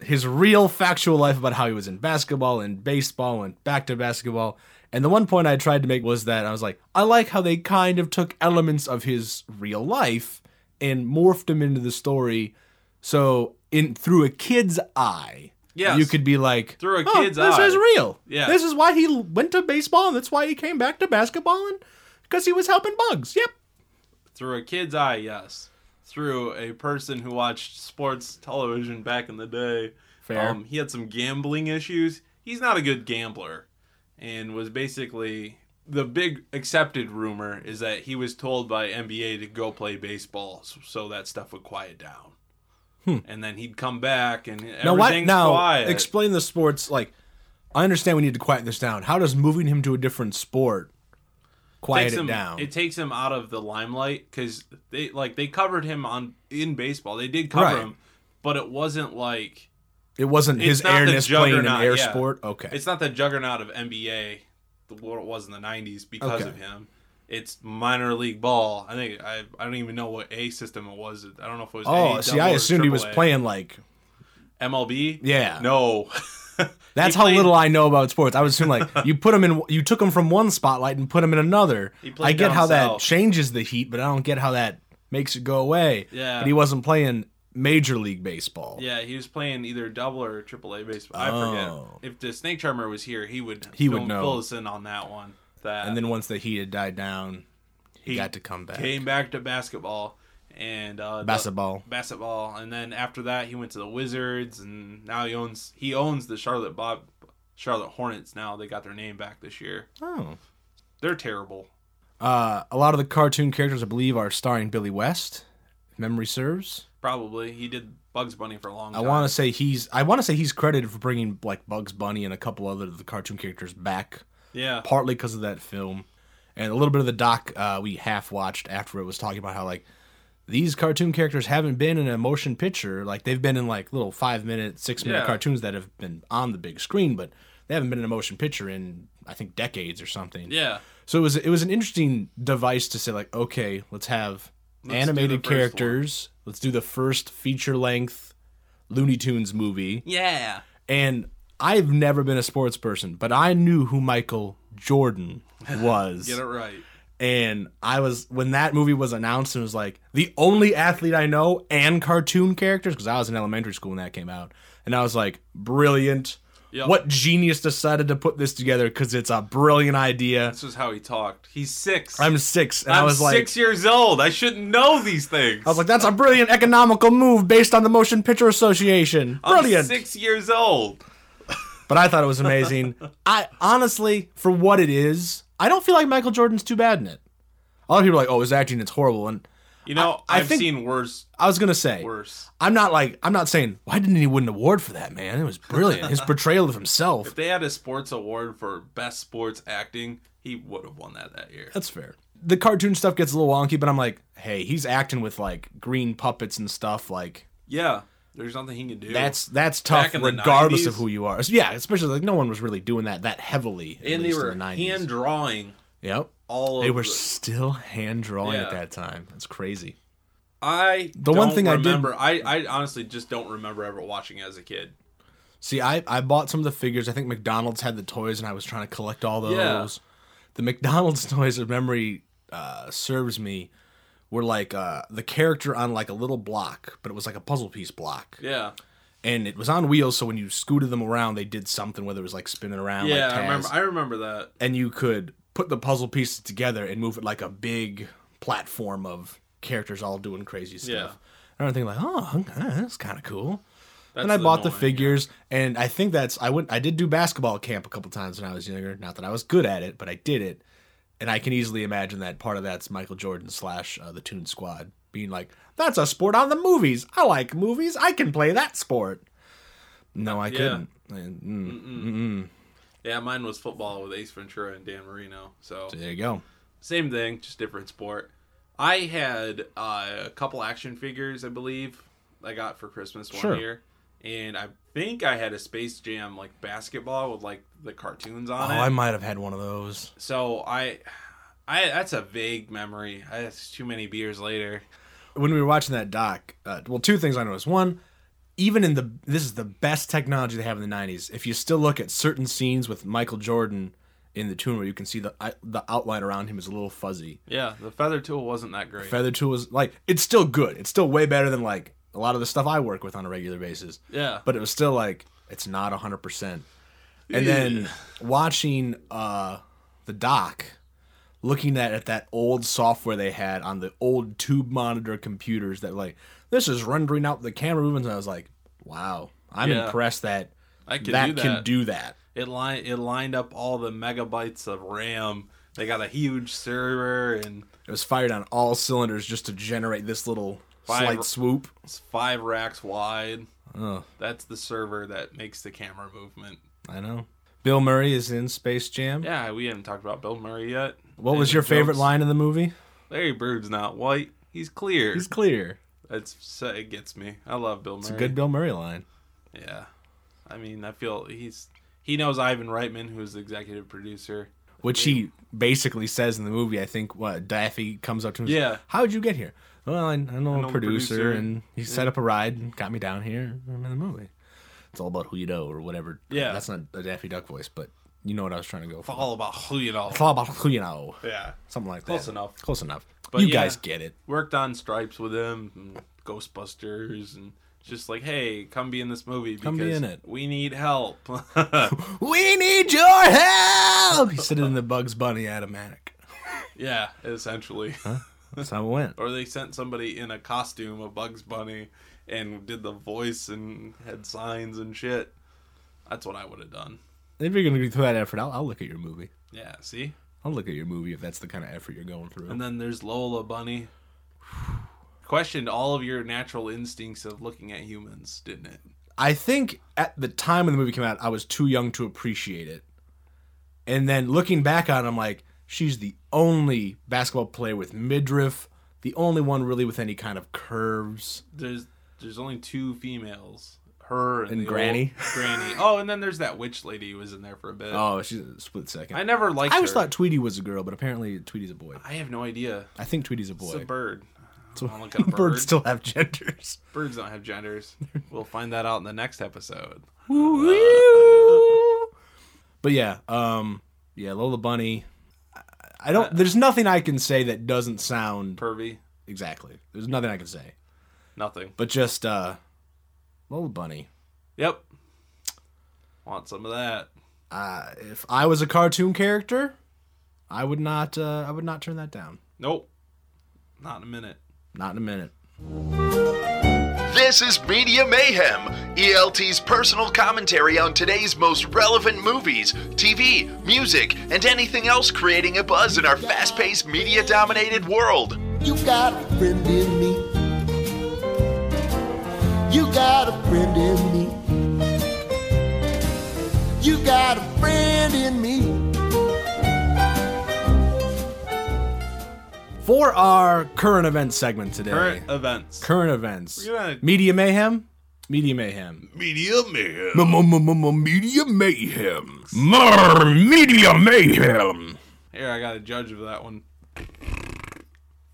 [SPEAKER 4] his real factual life about how he was in basketball and baseball, went back to basketball. And the one point I tried to make was that I was like, I like how they kind of took elements of his real life and morphed them into the story. So in through a kid's eye,
[SPEAKER 5] Yes.
[SPEAKER 4] you could be like,
[SPEAKER 5] Through a
[SPEAKER 4] "Oh,
[SPEAKER 5] kid's
[SPEAKER 4] this
[SPEAKER 5] eye."
[SPEAKER 4] is real.
[SPEAKER 5] Yeah.
[SPEAKER 4] this is why he went to baseball, and that's why he came back to basketball, and because he was helping bugs. Yep,
[SPEAKER 5] Through a kid's eye, yes. Through a person who watched sports television back in the day. Um,
[SPEAKER 4] Fair.
[SPEAKER 5] he had some gambling issues. He's not a good gambler and was basically the big accepted rumor is that he was told by NBA to go play baseball s- so that stuff would quiet down. And then he'd come back and everything's
[SPEAKER 4] Hmm. Now, why, now
[SPEAKER 5] quiet.
[SPEAKER 4] explain the sports. Like, I understand we need to quiet this down. How does moving him to a different sport quiet
[SPEAKER 5] takes
[SPEAKER 4] it
[SPEAKER 5] him-
[SPEAKER 4] down?
[SPEAKER 5] It takes him out of the limelight because they like they covered him on in baseball. They did cover
[SPEAKER 4] Right.
[SPEAKER 5] him, but it wasn't like
[SPEAKER 4] it wasn't
[SPEAKER 5] it's
[SPEAKER 4] his
[SPEAKER 5] not the
[SPEAKER 4] airness playing an
[SPEAKER 5] juggernaut,
[SPEAKER 4] air
[SPEAKER 5] yeah.
[SPEAKER 4] sport. Okay,
[SPEAKER 5] It's not the juggernaut of NBA, the what it was in the '90s because
[SPEAKER 4] Okay.
[SPEAKER 5] of him. It's minor league ball. I think I I don't even know what A system it was. I don't know if it was.
[SPEAKER 4] oh,
[SPEAKER 5] A,
[SPEAKER 4] see,
[SPEAKER 5] double,
[SPEAKER 4] I
[SPEAKER 5] or
[SPEAKER 4] assumed he was
[SPEAKER 5] AAA.
[SPEAKER 4] playing like.
[SPEAKER 5] MLB.
[SPEAKER 4] Yeah.
[SPEAKER 5] No.
[SPEAKER 4] That's
[SPEAKER 5] He
[SPEAKER 4] how
[SPEAKER 5] played-
[SPEAKER 4] little I know about sports. I would assume like you put him in, you took him from one spotlight and put him in another.
[SPEAKER 5] played
[SPEAKER 4] I get
[SPEAKER 5] down
[SPEAKER 4] how that
[SPEAKER 5] south.
[SPEAKER 4] changes the heat, but I don't get how that makes it go away.
[SPEAKER 5] Yeah.
[SPEAKER 4] but he wasn't playing major league baseball.
[SPEAKER 5] Yeah, he was playing either double or triple A baseball.
[SPEAKER 4] Oh.
[SPEAKER 5] I forget. If the snake charmer was here, he would
[SPEAKER 4] He would
[SPEAKER 5] fill-
[SPEAKER 4] know.
[SPEAKER 5] fill us in on that one. That
[SPEAKER 4] and then once the heat had died down, he,
[SPEAKER 5] He
[SPEAKER 4] got to come back.
[SPEAKER 5] came back to basketball and uh, the-
[SPEAKER 4] Basketball.
[SPEAKER 5] basketball, and then after that he went to the Wizards, and now he owns he owns the Charlotte Bob Charlotte Hornets. Now they got their name back this year.
[SPEAKER 4] Oh.
[SPEAKER 5] They're terrible.
[SPEAKER 4] Uh, a lot of the cartoon characters, I believe, are starring Billy West. If memory serves.
[SPEAKER 5] Probably he did Bugs Bunny for a long
[SPEAKER 4] I
[SPEAKER 5] time.
[SPEAKER 4] want to say he's. I want to say he's credited for bringing like Bugs Bunny and a couple other of the cartoon characters back,
[SPEAKER 5] yeah.
[SPEAKER 4] partly because of that film, and a little bit of the doc uh, we half watched after it was talking about how like these cartoon characters haven't been in a motion picture. Like they've been in like little five minute, six minute
[SPEAKER 5] Yeah.
[SPEAKER 4] cartoons that have been on the big screen, but they haven't been in a motion picture in I think decades or something.
[SPEAKER 5] yeah.
[SPEAKER 4] So it was it was an interesting device to say like, okay, let's have
[SPEAKER 5] do
[SPEAKER 4] animated
[SPEAKER 5] the first
[SPEAKER 4] characters. Let's do the first feature length Looney Tunes movie.
[SPEAKER 5] Yeah.
[SPEAKER 4] And I've never been a sports person, but I knew who Michael Jordan was.
[SPEAKER 5] Get it right.
[SPEAKER 4] and I was when that movie was announced and was like the only athlete I know and cartoon characters because I was in elementary school when that came out. And I was like, brilliant.
[SPEAKER 5] Yep.
[SPEAKER 4] What genius decided to put this together because it's a brilliant idea.
[SPEAKER 5] This is how he talked. He's 6
[SPEAKER 4] I'm six, and i
[SPEAKER 5] I'm
[SPEAKER 4] was like,
[SPEAKER 5] six years old. I shouldn't know these things.
[SPEAKER 4] I was like, that's a brilliant economical move based on the Motion Picture Association. Brilliant.
[SPEAKER 5] six years old.
[SPEAKER 4] But I thought it was amazing. I honestly, for what it is, I don't feel like Michael Jordan's too bad in it. A lot of people are like, oh, his acting, it's horrible. And
[SPEAKER 5] You know,
[SPEAKER 4] I- I
[SPEAKER 5] I, have
[SPEAKER 4] think-
[SPEAKER 5] seen worse.
[SPEAKER 4] I was gonna say,
[SPEAKER 5] Worse.
[SPEAKER 4] I'm not like, I'm not saying why didn't he win an award for that man? It was brilliant. His portrayal of himself.
[SPEAKER 5] If they had a sports award for best sports acting, he would have won that that year.
[SPEAKER 4] That's fair. The cartoon stuff gets a little wonky, but I'm like, hey, he's acting with like green puppets and stuff. Like,
[SPEAKER 5] Yeah, there's nothing he can do.
[SPEAKER 4] That's that's
[SPEAKER 5] Back
[SPEAKER 4] tough,
[SPEAKER 5] in the
[SPEAKER 4] regardless of
[SPEAKER 5] 90s.
[SPEAKER 4] who you are. Yeah, especially like no one was really doing that that heavily. at
[SPEAKER 5] and they
[SPEAKER 4] least
[SPEAKER 5] were
[SPEAKER 4] in the 90s.
[SPEAKER 5] hand drawing
[SPEAKER 4] Yep,
[SPEAKER 5] all
[SPEAKER 4] they
[SPEAKER 5] of
[SPEAKER 4] were
[SPEAKER 5] the-
[SPEAKER 4] still hand drawing at
[SPEAKER 5] Yeah.
[SPEAKER 4] that time. That's crazy.
[SPEAKER 5] I
[SPEAKER 4] The one
[SPEAKER 5] don't
[SPEAKER 4] thing I did-
[SPEAKER 5] remember. I I honestly just don't remember ever watching as a kid.
[SPEAKER 4] See, I I bought some of the figures. I think McDonald's had the toys, and I was trying to collect all those.
[SPEAKER 5] Yeah.
[SPEAKER 4] The McDonald's toys, if memory uh, serves me, were like uh, the character on like a little block, but it was like a puzzle piece block.
[SPEAKER 5] Yeah,
[SPEAKER 4] and it was on wheels. So when you scooted them around, they did something, whether it was like spinning around.
[SPEAKER 5] yeah.
[SPEAKER 4] like
[SPEAKER 5] I remember.
[SPEAKER 4] Taz.
[SPEAKER 5] I remember that.
[SPEAKER 4] and you could put the puzzle pieces together and move it like a big platform of characters all doing crazy stuff.
[SPEAKER 5] Yeah.
[SPEAKER 4] And I'm thinking like, oh, okay, that's kind of cool.
[SPEAKER 5] That's
[SPEAKER 4] and I bought the
[SPEAKER 5] annoying.
[SPEAKER 4] figures, and I think that's I went I did do basketball camp a couple times when I was younger. Not that I was good at it, but I did it, and I can easily imagine that part of that's Michael Jordan slash uh, the Toon Squad being like, "That's a sport on the movies. I like movies. I can play that sport." No, I couldn't. And, mm,
[SPEAKER 5] Yeah, mine was football with Ace Ventura and Dan Marino. So
[SPEAKER 4] so there you go.
[SPEAKER 5] same thing, just different sport. I had uh, a couple action figures, I believe, I got for Christmas one
[SPEAKER 4] Sure.
[SPEAKER 5] year, and I think I had a Space Jam like basketball with like the cartoons on
[SPEAKER 4] Oh,
[SPEAKER 5] it.
[SPEAKER 4] I might have had one of those.
[SPEAKER 5] so I, I that's a vague memory. That's too many beers later.
[SPEAKER 4] When we were watching that doc, uh, well, two things I noticed. One, even in the this is the best technology they have in the '90s. If you still look at certain scenes with Michael Jordan in the tune, where you can see the I- the outline around him is a little fuzzy.
[SPEAKER 5] Yeah, the feather tool wasn't that great.
[SPEAKER 4] Feather tool is like it's still good. It's still way better than like a lot of the stuff I work with on a regular basis.
[SPEAKER 5] Yeah.
[SPEAKER 4] But it was still like it's not hundred percent. And then watching uh the doc, looking at, at that old software they had on the old tube monitor computers that like this is rendering out the camera movements and I was like, Wow, I'm
[SPEAKER 5] Yeah.
[SPEAKER 4] impressed that
[SPEAKER 5] I can
[SPEAKER 4] that
[SPEAKER 5] do that.
[SPEAKER 4] can do that.
[SPEAKER 5] it line it lined up all the megabytes of RAM. They got a huge server and
[SPEAKER 4] It was fired on all cylinders just to generate this little
[SPEAKER 5] Five-
[SPEAKER 4] slight swoop.
[SPEAKER 5] it's five racks wide. That's the server that makes the camera movement.
[SPEAKER 4] I know. Bill Murray is in Space Jam.
[SPEAKER 5] Yeah, we haven't talked about Bill Murray yet.
[SPEAKER 4] What
[SPEAKER 5] Any
[SPEAKER 4] was your
[SPEAKER 5] jokes?
[SPEAKER 4] favorite line in the movie?
[SPEAKER 5] Larry Bird's not white. He's clear.
[SPEAKER 4] He's clear.
[SPEAKER 5] That's so- it gets me. I love Bill Murray.
[SPEAKER 4] It's a good Bill Murray line.
[SPEAKER 5] Yeah, I mean, I feel he's he knows Ivan Reitman, who's the executive producer.
[SPEAKER 4] Which he basically says in the movie, I think what Daffy comes up to him. and
[SPEAKER 5] Yeah.
[SPEAKER 4] says, How'd you get here? Well, I, I know
[SPEAKER 5] know
[SPEAKER 4] a
[SPEAKER 5] a
[SPEAKER 4] producer,
[SPEAKER 5] producer.
[SPEAKER 4] and he set up a ride and got me down here. I'm in the movie. It's all about who you know or whatever.
[SPEAKER 5] Yeah.
[SPEAKER 4] That's not a Daffy Duck voice, but you know what I was trying to go for.
[SPEAKER 5] All about who you know.
[SPEAKER 4] It's all about who you know.
[SPEAKER 5] Yeah,
[SPEAKER 4] Something like
[SPEAKER 5] Close
[SPEAKER 4] that.
[SPEAKER 5] enough.
[SPEAKER 4] Close enough.
[SPEAKER 5] But
[SPEAKER 4] you
[SPEAKER 5] yeah.
[SPEAKER 4] guys get it.
[SPEAKER 5] worked on Stripes with him, and Ghostbusters, and just like, hey, come be in this movie because
[SPEAKER 4] Come be in it.
[SPEAKER 5] we need help.
[SPEAKER 4] We need your help! He said it in the Bugs Bunny Adamatic.
[SPEAKER 5] yeah, essentially.
[SPEAKER 4] That's how it went.
[SPEAKER 5] Or they sent somebody in a costume of Bugs Bunny and did the voice and had signs and shit. That's what I would have done.
[SPEAKER 4] If you're going to throw that effort, I'll, I'll look at your movie.
[SPEAKER 5] Yeah, see?
[SPEAKER 4] I'll look at your movie if that's the kind of effort you're going through.
[SPEAKER 5] And then there's Lola Bunny. Questioned all of your natural instincts of looking at humans, didn't it?
[SPEAKER 4] I think at the time when the movie came out, I was too young to appreciate it. And then looking back on it, I'm like, she's the only basketball player with midriff, the only one really with any kind of curves.
[SPEAKER 5] There's there's only two females. Her and,
[SPEAKER 4] And
[SPEAKER 5] the
[SPEAKER 4] Granny.
[SPEAKER 5] old- granny. Oh, and then there's that witch lady who was in there for a bit.
[SPEAKER 4] Oh, she's a split second.
[SPEAKER 5] I never liked
[SPEAKER 4] I always
[SPEAKER 5] her.
[SPEAKER 4] thought Tweety was a girl, but apparently Tweety's a boy.
[SPEAKER 5] I have no idea.
[SPEAKER 4] I think Tweety's a
[SPEAKER 5] It's a
[SPEAKER 4] boy.
[SPEAKER 5] bird. It's a bird.
[SPEAKER 4] Birds still have genders.
[SPEAKER 5] Birds don't have genders. We'll find that out in the next episode.
[SPEAKER 4] But yeah, um, yeah, Lola Bunny. I- I don't. There's nothing I can say that doesn't sound
[SPEAKER 5] Pervy.
[SPEAKER 4] exactly. There's nothing I can say.
[SPEAKER 5] Nothing.
[SPEAKER 4] But just uh, Lola Bunny.
[SPEAKER 5] Yep. Want some of that.
[SPEAKER 4] Uh, if I was a cartoon character, I would not. Uh, I would not turn that down.
[SPEAKER 5] Nope. Not in a minute.
[SPEAKER 4] Not in a minute.
[SPEAKER 1] This is Media Mayhem, ELT's personal commentary on today's most relevant movies, TV, music, and anything else creating a buzz in our fast paced, media dominated world.
[SPEAKER 7] You got a friend in me. You got a friend in me. You got a friend in me.
[SPEAKER 4] For our current event segment today.
[SPEAKER 5] Current events.
[SPEAKER 4] current events.
[SPEAKER 5] We're gonna-
[SPEAKER 4] Media mayhem. Media mayhem.
[SPEAKER 5] Media man.
[SPEAKER 4] Media mayhem. More media mayhem.
[SPEAKER 5] Here, I got a judge of that one.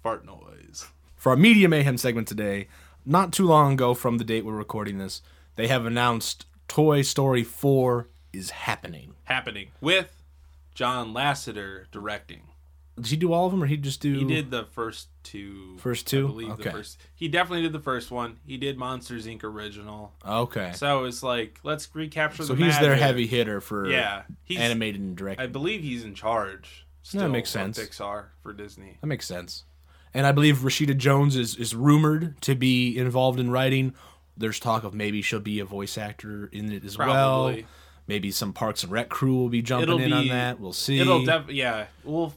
[SPEAKER 5] Fart noise.
[SPEAKER 4] For our media mayhem segment today, not too long ago from the date we're recording this, they have announced Toy Story 4 is happening.
[SPEAKER 5] Happening with John Lasseter directing.
[SPEAKER 4] Did he do all of them, or he just do?
[SPEAKER 5] He did the first two.
[SPEAKER 4] First two?
[SPEAKER 5] I believe
[SPEAKER 4] Okay.
[SPEAKER 5] the first. He definitely did the first one. He did Monsters Inc. original.
[SPEAKER 4] Okay. So,
[SPEAKER 5] So it's like let's recapture the.
[SPEAKER 4] he's their
[SPEAKER 5] magic.
[SPEAKER 4] heavy hitter for
[SPEAKER 5] Yeah, he's-
[SPEAKER 4] animated and direct.
[SPEAKER 5] I believe he's in charge. Still
[SPEAKER 4] makes
[SPEAKER 5] of
[SPEAKER 4] sense.
[SPEAKER 5] Pixar for Disney.
[SPEAKER 4] that makes sense. And I believe Rashida Jones is is rumored to be involved in writing. There's talk of maybe she'll be a voice actor in it as well.
[SPEAKER 5] Probably.
[SPEAKER 4] Maybe some Parks and Rec crew will be jumping
[SPEAKER 5] It'll
[SPEAKER 4] in
[SPEAKER 5] be
[SPEAKER 4] on that. We'll see.
[SPEAKER 5] It'll def- yeah. We'll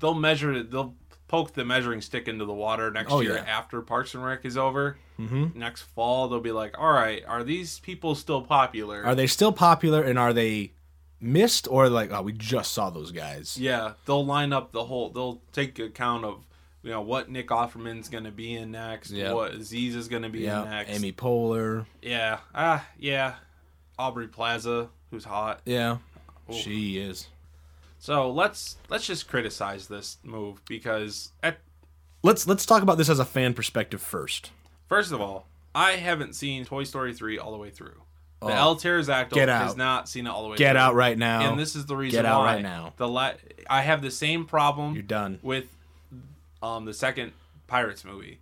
[SPEAKER 5] they'll measure it. They'll poke the measuring stick into the water next
[SPEAKER 4] Oh,
[SPEAKER 5] year
[SPEAKER 4] yeah.
[SPEAKER 5] after Parks and Rec is over. Mm-hmm. Next fall they'll be like, all right, are these people still popular?
[SPEAKER 4] are they still popular and are they missed or like oh we just saw those guys?
[SPEAKER 5] yeah, they'll line up the whole. They'll take account of you know what Nick Offerman's gonna be in next,
[SPEAKER 4] Yeah.
[SPEAKER 5] what Aziz is gonna be in
[SPEAKER 4] Yeah,
[SPEAKER 5] next.
[SPEAKER 4] Amy Poehler.
[SPEAKER 5] Yeah. Ah, yeah. Aubrey Plaza, who's hot.
[SPEAKER 4] Yeah, she is.
[SPEAKER 5] So let's let's just criticize this move because at
[SPEAKER 4] Let's let's talk about this as a fan perspective first.
[SPEAKER 5] first of all, I haven't seen Toy Story three all the way through. The
[SPEAKER 4] Oh.
[SPEAKER 5] El Terractyl
[SPEAKER 4] Get
[SPEAKER 5] has
[SPEAKER 4] out.
[SPEAKER 5] not seen it all the way.
[SPEAKER 4] Get
[SPEAKER 5] through.
[SPEAKER 4] out right now.
[SPEAKER 5] And this is the reason
[SPEAKER 4] Oh, Get out
[SPEAKER 5] why
[SPEAKER 4] right now.
[SPEAKER 5] the la- I have the same problem.
[SPEAKER 4] You're done.
[SPEAKER 5] with um the second Pirates movie.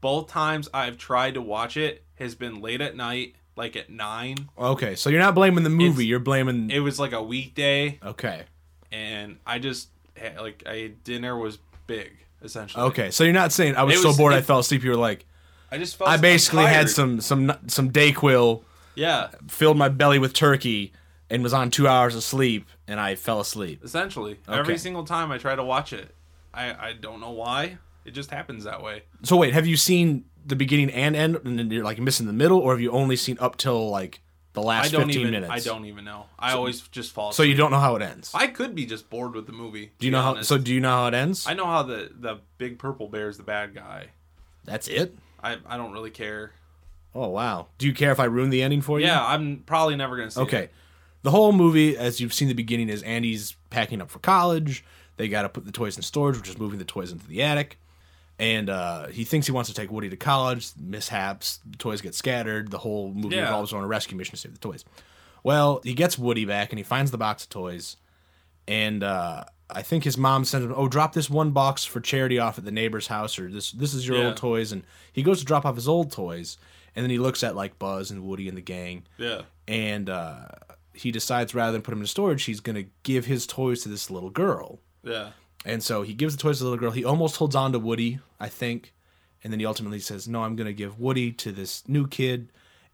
[SPEAKER 5] Both times I've tried to watch it has been late at night, like at nine.
[SPEAKER 4] Okay, so you're not blaming the movie.
[SPEAKER 5] It's-
[SPEAKER 4] you're blaming.
[SPEAKER 5] It was like a weekday,
[SPEAKER 4] okay.
[SPEAKER 5] and I just had, like I dinner was big essentially.
[SPEAKER 4] Okay, so you're not saying I was,
[SPEAKER 5] It
[SPEAKER 4] so
[SPEAKER 5] was-
[SPEAKER 4] bored I
[SPEAKER 5] it-
[SPEAKER 4] fell asleep. You were like,
[SPEAKER 5] I just felt
[SPEAKER 4] I basically had
[SPEAKER 5] tired.
[SPEAKER 4] some some some Dayquil,
[SPEAKER 5] yeah,
[SPEAKER 4] filled my belly with turkey, and was on two hours of sleep, and I fell asleep.
[SPEAKER 5] essentially
[SPEAKER 4] Okay.
[SPEAKER 5] every single time I try to watch it. I I don't know why it just happens that way.
[SPEAKER 4] So wait, have you seen the beginning and end, and then you're like missing the middle, or have you only seen up till like the last
[SPEAKER 5] I don't
[SPEAKER 4] 15
[SPEAKER 5] even
[SPEAKER 4] minutes?
[SPEAKER 5] I don't even know. I always just fall.
[SPEAKER 4] So
[SPEAKER 5] Asleep.
[SPEAKER 4] you don't know how it ends.
[SPEAKER 5] I could be just bored with the movie.
[SPEAKER 4] do you know how? So do you know how it ends?
[SPEAKER 5] I know how the the big purple bear is the bad guy.
[SPEAKER 4] That's it.
[SPEAKER 5] I I don't really care.
[SPEAKER 4] Oh wow. Do you care if I ruin the ending for you?
[SPEAKER 5] Yeah, I'm probably never gonna see
[SPEAKER 4] Okay.
[SPEAKER 5] it.
[SPEAKER 4] The whole movie, as you've seen the beginning, is Andy's packing up for college. They got to put the toys in storage, which is moving the toys into the attic. And uh, he thinks he wants to take Woody to college. Mishaps. The toys get scattered. The whole movie
[SPEAKER 5] Yeah.
[SPEAKER 4] revolves around a rescue mission to save the toys. Well, he gets Woody back and he finds the box of toys. And uh, I think his mom sends him, "Oh, drop this one box for charity off at the neighbor's house, or this this is your
[SPEAKER 5] Yeah.
[SPEAKER 4] old toys." And he goes to drop off his old toys, and then he looks at like Buzz and Woody and the gang
[SPEAKER 5] Yeah.
[SPEAKER 4] and uh, he decides rather than put him in storage, he's going to give his toys to this little girl.
[SPEAKER 5] Yeah.
[SPEAKER 4] And so he gives the toys to the little girl. He almost holds on to Woody, I think, and then he ultimately says, "No, I'm going to give Woody to this new kid."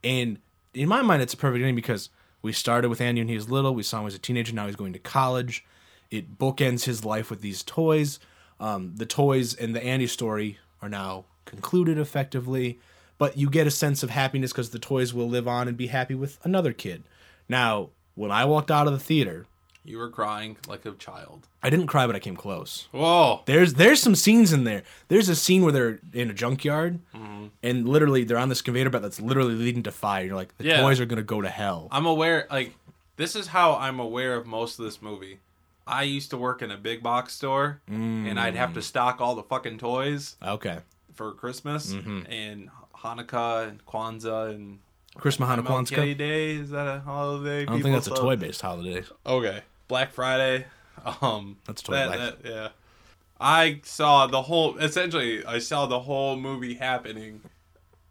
[SPEAKER 4] And in my mind, it's a perfect ending because we started with Andy when he was little. We saw him as a teenager. Now he's going to college. It bookends his life with these toys. Um, the toys and the Andy story are now concluded effectively, but you get a sense of happiness because the toys will live on and be happy with another kid. Now, when I walked out of the theater,
[SPEAKER 5] You were crying like a child.
[SPEAKER 4] I didn't cry, but I came close.
[SPEAKER 5] Whoa.
[SPEAKER 4] There's there's some scenes in there. There's a scene where they're in a junkyard, and literally they're on this conveyor belt that's literally leading to fire. You're like, the
[SPEAKER 5] Yeah.
[SPEAKER 4] toys are gonna go to hell.
[SPEAKER 5] I'm aware like this is how I'm aware of most of this movie. I used to work in a big box store and I'd
[SPEAKER 4] Mm.
[SPEAKER 5] have to stock all the fucking toys
[SPEAKER 4] okay,
[SPEAKER 5] for Christmas
[SPEAKER 4] Mm-hmm.
[SPEAKER 5] and Hanukkah and Kwanzaa and
[SPEAKER 4] Chris Mahana
[SPEAKER 5] Kwanzaa
[SPEAKER 4] Kwanzaa.
[SPEAKER 5] Day. Is that a holiday?
[SPEAKER 4] I don't think that's a toy based holiday.
[SPEAKER 5] Okay. Black Friday. Um
[SPEAKER 4] That's toy black.
[SPEAKER 5] that- yeah. I saw the whole essentially I saw the whole movie happening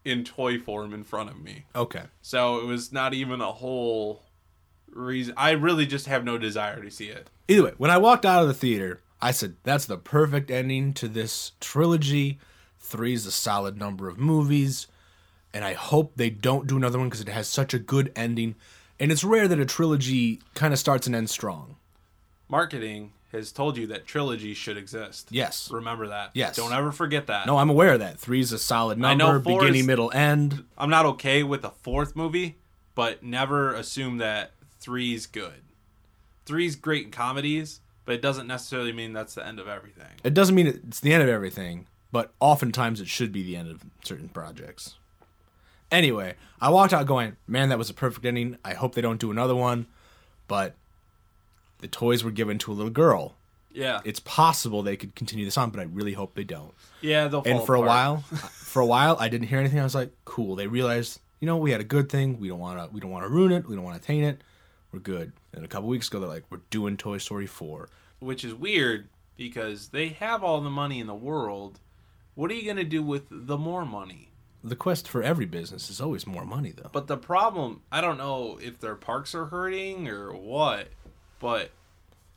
[SPEAKER 5] in toy form in front of me.
[SPEAKER 4] Okay,
[SPEAKER 5] So it was not even a whole reason I really just have no desire to see it.
[SPEAKER 4] Either way, when I walked out of the theater, I said, that's the perfect ending to this trilogy. Three's a solid number of movies. And I hope they don't do another one because it has such a good ending. And it's rare that a trilogy kind of starts and ends strong.
[SPEAKER 5] Marketing has told you that trilogies should exist.
[SPEAKER 4] Yes.
[SPEAKER 5] Remember that.
[SPEAKER 4] Yes.
[SPEAKER 5] Don't ever forget that.
[SPEAKER 4] No, I'm aware of that. Three's a solid
[SPEAKER 5] I know
[SPEAKER 4] number,
[SPEAKER 5] four
[SPEAKER 4] beginning,
[SPEAKER 5] is-
[SPEAKER 4] middle, end.
[SPEAKER 5] I'm not okay with a fourth movie, but never assume that three's good. Three's great in comedies, but it doesn't necessarily mean that's the end of everything.
[SPEAKER 4] It doesn't mean it's the end of everything, but oftentimes it should be the end of certain projects. Anyway, I walked out going, man, that was a perfect ending. I hope they don't do another one. But the toys were given to a little girl.
[SPEAKER 5] Yeah.
[SPEAKER 4] It's possible they could continue this on, but I really hope they don't.
[SPEAKER 5] yeah, they'll
[SPEAKER 4] And
[SPEAKER 5] fall
[SPEAKER 4] for a
[SPEAKER 5] apart.
[SPEAKER 4] while, for a while, I didn't hear anything. I was like, cool. They realized, you know, we had a good thing. We don't want to, we don't want to ruin it. We don't want to taint it. We're good. And a couple weeks ago, they're like, we're doing Toy Story 4.
[SPEAKER 5] which is weird because they have all the money in the world. What are you going to do with the more money?
[SPEAKER 4] The quest for every business is always more money, though.
[SPEAKER 5] But the problem, I don't know if their parks are hurting or what, but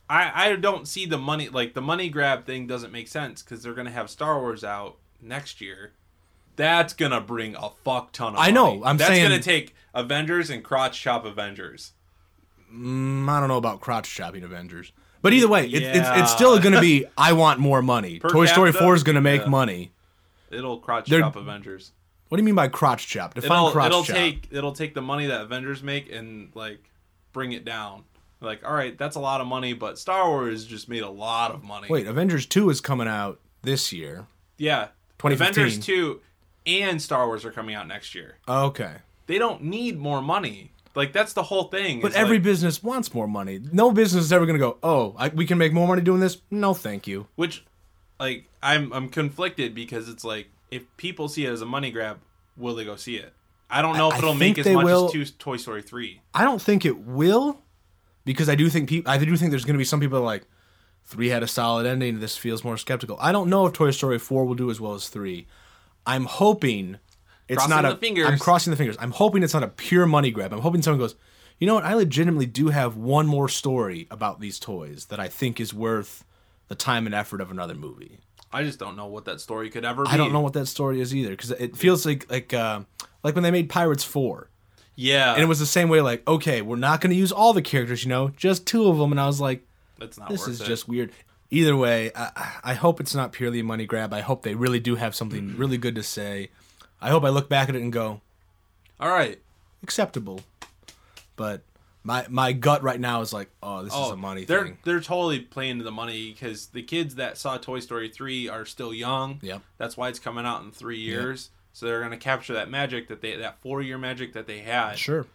[SPEAKER 5] I I don't see the money like the money grab thing doesn't make sense cuz they're going to have Star Wars out next year. That's going to bring a fuck ton of
[SPEAKER 4] I know,
[SPEAKER 5] money.
[SPEAKER 4] I'm
[SPEAKER 5] That's
[SPEAKER 4] saying-
[SPEAKER 5] going to take Avengers and crotch chop Avengers.
[SPEAKER 4] Mm, I don't know about crotch shopping Avengers. But either way, it, it's, it's
[SPEAKER 5] Yeah.
[SPEAKER 4] still going to be, I want more money.
[SPEAKER 5] Per
[SPEAKER 4] Toy Story
[SPEAKER 5] capita?
[SPEAKER 4] 4 is going to make
[SPEAKER 5] Yeah.
[SPEAKER 4] money.
[SPEAKER 5] It'll crotch
[SPEAKER 4] They're-
[SPEAKER 5] chop Avengers.
[SPEAKER 4] What do you mean by crotch chop? Define
[SPEAKER 5] it'll
[SPEAKER 4] crotch
[SPEAKER 5] it'll
[SPEAKER 4] chop.
[SPEAKER 5] take it'll take the money that Avengers make and like bring it down. Like, all right, that's a lot of money, but Star Wars just made a lot of money.
[SPEAKER 4] Wait, Avengers 2 is coming out this year.
[SPEAKER 5] Yeah.
[SPEAKER 4] 2015.
[SPEAKER 5] Avengers 2 and Star Wars are coming out next year.
[SPEAKER 4] Okay.
[SPEAKER 5] They don't need more money. Like that's the whole thing.
[SPEAKER 4] But
[SPEAKER 5] is,
[SPEAKER 4] every
[SPEAKER 5] like-
[SPEAKER 4] business wants more money. No business is ever going to go, oh, I, we can make more money doing this. No, thank you.
[SPEAKER 5] which like I'm I'm conflicted because it's like if people see it as a money grab, will they go see it? I don't know if
[SPEAKER 4] I
[SPEAKER 5] it'll
[SPEAKER 4] think
[SPEAKER 5] make as
[SPEAKER 4] they
[SPEAKER 5] much
[SPEAKER 4] will-
[SPEAKER 5] as two, Toy Story 3.
[SPEAKER 4] I don't think it will, because I do think people. I do think there's going to be some people that are like three had a solid ending. This feels more skeptical. I don't know if Toy Story four will do as well as three. I'm hoping it's not
[SPEAKER 5] Crossing the
[SPEAKER 4] a.
[SPEAKER 5] fingers.
[SPEAKER 4] I'm crossing the fingers. I'm hoping it's not a pure money grab. I'm hoping someone goes. You know what? I legitimately do have one more story about these toys that I think is worth the time and effort of another movie.
[SPEAKER 5] I just don't know what that story could ever be.
[SPEAKER 4] I don't know what that story is either because it feels like like uh, like when they made Pirates Four.
[SPEAKER 5] Yeah.
[SPEAKER 4] And it was the same way, like, okay, we're not going to use all the characters, you know, just two of them. And I was like,
[SPEAKER 5] that's not
[SPEAKER 4] this
[SPEAKER 5] worth
[SPEAKER 4] is
[SPEAKER 5] it.
[SPEAKER 4] just weird. Either way, I, I hope it's not purely a money grab. I hope they really do have
[SPEAKER 5] Mm.
[SPEAKER 4] something really good to say. I hope I look back at it and go,
[SPEAKER 5] All right.
[SPEAKER 4] acceptable. But my my gut right now is like, oh, this is
[SPEAKER 5] Oh,
[SPEAKER 4] a money
[SPEAKER 5] they're
[SPEAKER 4] thing.
[SPEAKER 5] they're totally playing to the money because the kids that saw Toy Story three are still young.
[SPEAKER 4] Yep.
[SPEAKER 5] that's why it's coming out in three years. So they're gonna capture that magic that they that four year magic that they had
[SPEAKER 4] Sure.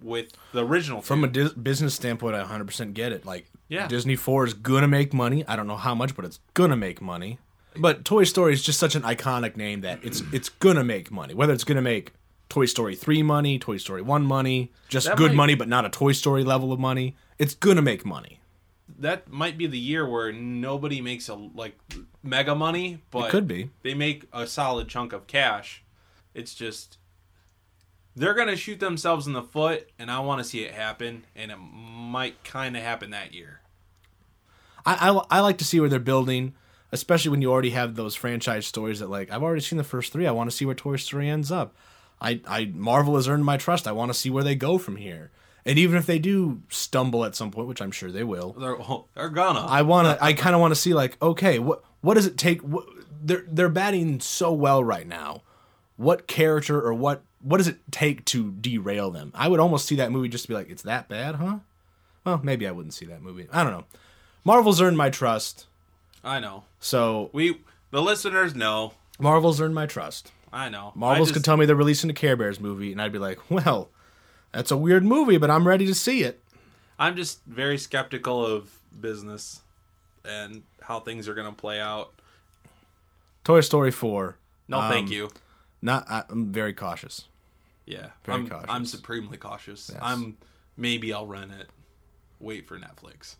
[SPEAKER 5] with the original.
[SPEAKER 4] From a
[SPEAKER 5] two.
[SPEAKER 4] dis- business standpoint, I 100% get it. Like,
[SPEAKER 5] Yeah.
[SPEAKER 4] Disney 4 is going to make money. I don't know how much, but it's going to make money. But Toy Story is just such an iconic name that it's it's going to make money. Whether it's going to make Toy Story 3 money, Toy Story 1 money, just
[SPEAKER 5] That
[SPEAKER 4] good
[SPEAKER 5] might-
[SPEAKER 4] money, but not a Toy Story level of money, it's going to make money.
[SPEAKER 5] that might be the year where nobody makes a like mega money, but
[SPEAKER 4] could be.
[SPEAKER 5] they make a solid chunk of cash. It's just they're gonna shoot themselves in the foot, and I want to see it happen, and it might kind of happen that year.
[SPEAKER 4] I, I, I like to see where they're building, especially when you already have those franchise stories that like I've already seen the first three. I want to see where Toy Story ends up. I, I Marvel has earned my trust. I want to see where they go from here. And even if they do stumble at some point, which I'm sure they will,
[SPEAKER 5] They're they're gonna.
[SPEAKER 4] I want to. I kind of want to see like, okay, what what does it take? What, they're they're batting so well right now. What character or what what does it take to derail them? I would almost see that movie just to be like, it's that bad, huh? Well, maybe I wouldn't see that movie. I don't know. Marvel's earned my trust,
[SPEAKER 5] I know.
[SPEAKER 4] so
[SPEAKER 5] We the listeners know.
[SPEAKER 4] Marvel's earned my trust.
[SPEAKER 5] I know.
[SPEAKER 4] Marvel's
[SPEAKER 5] I
[SPEAKER 4] could
[SPEAKER 5] just-
[SPEAKER 4] tell me they're releasing a Care Bears movie, and I'd be like, well, that's a weird movie, but I'm ready to see it.
[SPEAKER 5] I'm just very skeptical of business and how things are gonna play out.
[SPEAKER 4] Toy Story Four.
[SPEAKER 5] No,
[SPEAKER 4] Um,
[SPEAKER 5] thank you.
[SPEAKER 4] Not. I, I'm very cautious.
[SPEAKER 5] Yeah,
[SPEAKER 4] very
[SPEAKER 5] I'm,
[SPEAKER 4] cautious.
[SPEAKER 5] I'm supremely cautious. I'm maybe I'll rent it. Wait for Netflix.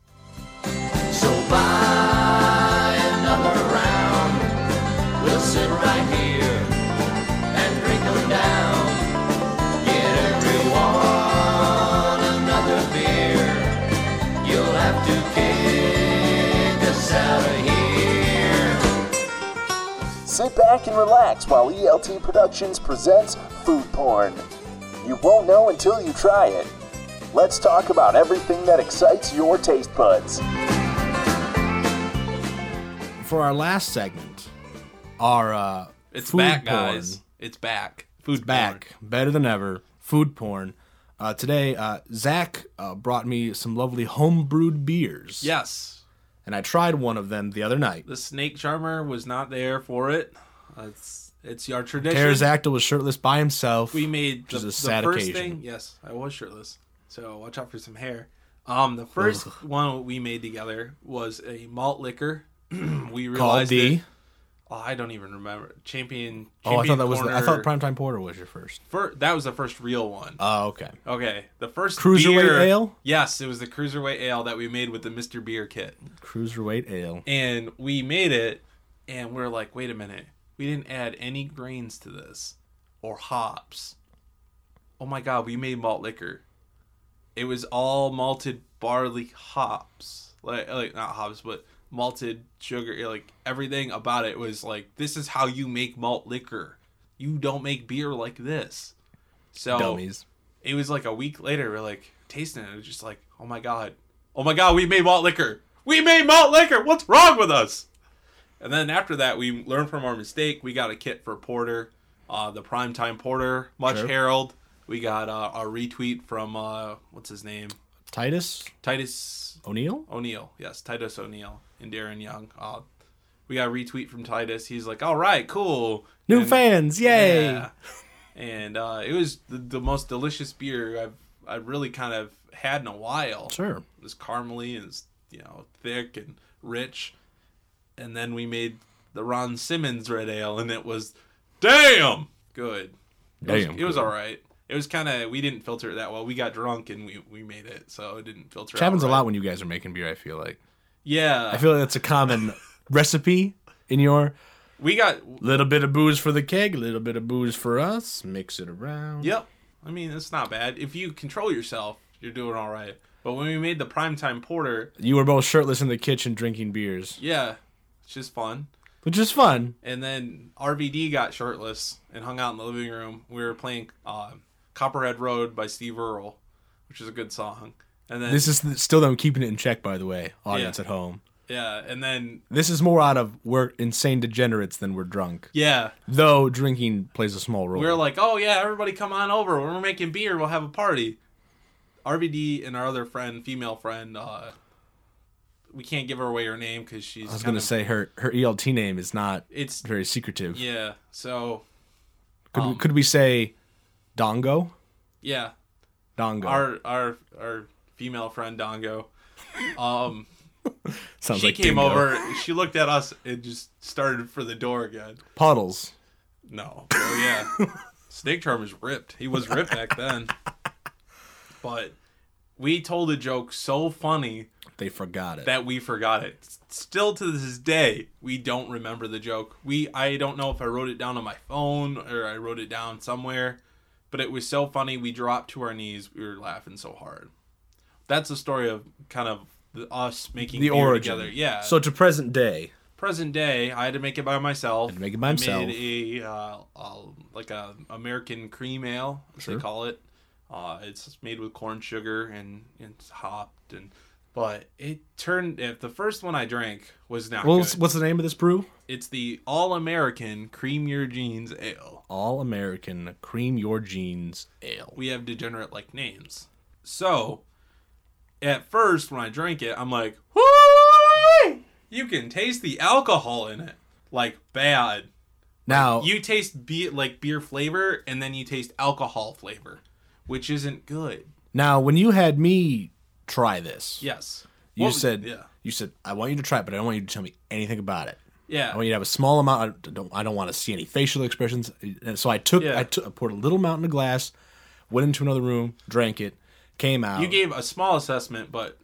[SPEAKER 3] So buy another round. We'll sit right here and drink 'em down. Get everyone another beer. You'll have to kick us out of here.
[SPEAKER 8] Sit back and relax while ELT Productions presents Food Porn. You won't know until you try it. Let's talk about everything that excites your taste buds.
[SPEAKER 4] for our last segment, our uh,
[SPEAKER 5] It's
[SPEAKER 4] food
[SPEAKER 5] back,
[SPEAKER 4] porn.
[SPEAKER 5] guys. It's back. Food
[SPEAKER 4] Back better than ever. Food porn. Uh, today, uh, Zach uh, brought me some lovely homebrewed beers.
[SPEAKER 5] Yes,
[SPEAKER 4] and I tried one of them the other night.
[SPEAKER 5] the snake charmer was not there for it. It's it's our tradition.
[SPEAKER 4] Pterodactyl was shirtless by himself.
[SPEAKER 5] we made the,
[SPEAKER 4] is a
[SPEAKER 5] the
[SPEAKER 4] sad
[SPEAKER 5] first
[SPEAKER 4] occasion.
[SPEAKER 5] thing. Yes, I was shirtless, so watch out for some hair. Um, the first one we made together was a malt liquor. we
[SPEAKER 4] called
[SPEAKER 5] realized
[SPEAKER 4] the.
[SPEAKER 5] it- oh, I don't even remember champion.
[SPEAKER 4] Oh, I thought that was. The, I thought
[SPEAKER 5] Corner-
[SPEAKER 4] primetime porter was your first.
[SPEAKER 5] fir- that was the first real one.
[SPEAKER 4] Oh, okay.
[SPEAKER 5] okay, the first
[SPEAKER 4] Cruiserweight
[SPEAKER 5] beer-
[SPEAKER 4] ale?
[SPEAKER 5] Yes, it was the cruiserweight ale that we made with the Mister Beer kit,
[SPEAKER 4] Cruiserweight ale.
[SPEAKER 5] and we made it, and we're like, wait a minute, we didn't add any grains to this or hops. Oh my god, we made malt liquor. It was all malted barley hops, like like not hops, but malted sugar. Like everything about it was like this is how you make malt liquor. You don't make beer like this.
[SPEAKER 4] Oh.
[SPEAKER 5] So
[SPEAKER 4] Dummies.
[SPEAKER 5] it was like a week later, we're like tasting it. It was just like, oh my god, oh my god, we made malt liquor. We made malt liquor. What's wrong with us? And then after that, we learned from our mistake. We got a kit for Porter, uh, the primetime Porter, much
[SPEAKER 4] Sure.
[SPEAKER 5] herald. We got uh, a retweet from uh, what's his name,
[SPEAKER 4] Titus
[SPEAKER 5] Titus
[SPEAKER 4] O'Neill.
[SPEAKER 5] O'Neill. Yes, Titus O'Neill and Darren Young. Uh, We got a retweet from Titus. He's like, "All right, cool,
[SPEAKER 4] New
[SPEAKER 5] And-
[SPEAKER 4] fans, yay!
[SPEAKER 5] yeah. And uh, it was the, the most delicious beer I've I really kind of had in a while.
[SPEAKER 4] Sure.
[SPEAKER 5] It was caramely and it's, you know thick and rich. And then we made the Ron Simmons red ale, and it was damn good. It was,
[SPEAKER 4] Damn
[SPEAKER 5] it was all right. It was kind of we didn't filter it that well. We got drunk and we we made it, so it didn't filter.
[SPEAKER 4] Which
[SPEAKER 5] out
[SPEAKER 4] happens a
[SPEAKER 5] right.
[SPEAKER 4] lot when you guys are making beer. I feel like
[SPEAKER 5] Yeah,
[SPEAKER 4] I feel like that's a common recipe in your
[SPEAKER 5] we got.
[SPEAKER 4] little bit of booze for the keg, little bit of booze for us. Mix it around.
[SPEAKER 5] Yep. I mean, it's not bad if you control yourself. You're doing all right. But when we made the primetime porter,
[SPEAKER 4] You were both shirtless in the kitchen drinking beers,
[SPEAKER 5] Yeah, it's just fun.
[SPEAKER 4] which is fun.
[SPEAKER 5] And then RVD got shirtless and hung out in the living room. We were playing uh, Copperhead Road by Steve Earle, which is a good song. And then
[SPEAKER 4] This is still them keeping it in check, by the way, audience
[SPEAKER 5] Yeah.
[SPEAKER 4] at home.
[SPEAKER 5] yeah, and then
[SPEAKER 4] This is more out of we're insane degenerates than we're drunk.
[SPEAKER 5] yeah,
[SPEAKER 4] Though drinking plays a small role.
[SPEAKER 5] we were like, oh yeah, everybody come on over. When we're making beer, we'll have a party. RVD and our other friend, female friend, uh, we can't give her away her name because she's.
[SPEAKER 4] I was gonna say her her ELT name is not
[SPEAKER 5] it's
[SPEAKER 4] very secretive.
[SPEAKER 5] yeah. So
[SPEAKER 4] Could, we, could we say Dongo?
[SPEAKER 5] yeah,
[SPEAKER 4] Dongo
[SPEAKER 5] our our our female friend Dongo. Um.
[SPEAKER 4] sounds
[SPEAKER 5] she
[SPEAKER 4] like
[SPEAKER 5] came
[SPEAKER 4] dingo.
[SPEAKER 5] over. She looked at us and just started for the door again.
[SPEAKER 4] Puddles.
[SPEAKER 5] No. Oh yeah. Snake Charmer's ripped. He was ripped back then. But we told a joke so funny
[SPEAKER 4] They forgot it.
[SPEAKER 5] that we forgot it. Still to this day, we don't remember the joke. We I don't know if I wrote it down on my phone or I wrote it down somewhere, but it was so funny. We dropped to our knees. We were laughing so hard. That's the story of kind of the, us making
[SPEAKER 4] the
[SPEAKER 5] beer
[SPEAKER 4] origin.
[SPEAKER 5] together. Yeah.
[SPEAKER 4] So to present day,
[SPEAKER 5] present day, I had to make it by myself.
[SPEAKER 4] Had to make it by himself.
[SPEAKER 5] I made a uh, uh, like a American cream ale, as they call it. Uh, it's made with corn sugar and, and it's hopped and. But it turned. If the first one I drank was not
[SPEAKER 4] well,
[SPEAKER 5] good,
[SPEAKER 4] what's the name of this brew?
[SPEAKER 5] it's the All American Cream Your Jeans Ale.
[SPEAKER 4] All American Cream Your Jeans Ale.
[SPEAKER 5] We have degenerate like names. So, at first when I drank it, I'm like, "Whoo! You can taste the alcohol in it, like bad."
[SPEAKER 4] Now,
[SPEAKER 5] you taste beer like beer flavor and then you taste alcohol flavor which isn't good
[SPEAKER 4] now, when you had me try this,
[SPEAKER 5] yes
[SPEAKER 4] you
[SPEAKER 5] What-
[SPEAKER 4] said,
[SPEAKER 5] yeah
[SPEAKER 4] you said, I want you to try it, but I don't want you to tell me anything about it. I
[SPEAKER 5] yeah
[SPEAKER 4] want you to have a small amount. I don't. I don't want to see any facial expressions. And so I took.
[SPEAKER 5] Yeah.
[SPEAKER 4] I, took I poured a little amount in a glass, went into another room, drank it, came out.
[SPEAKER 5] you gave a small assessment but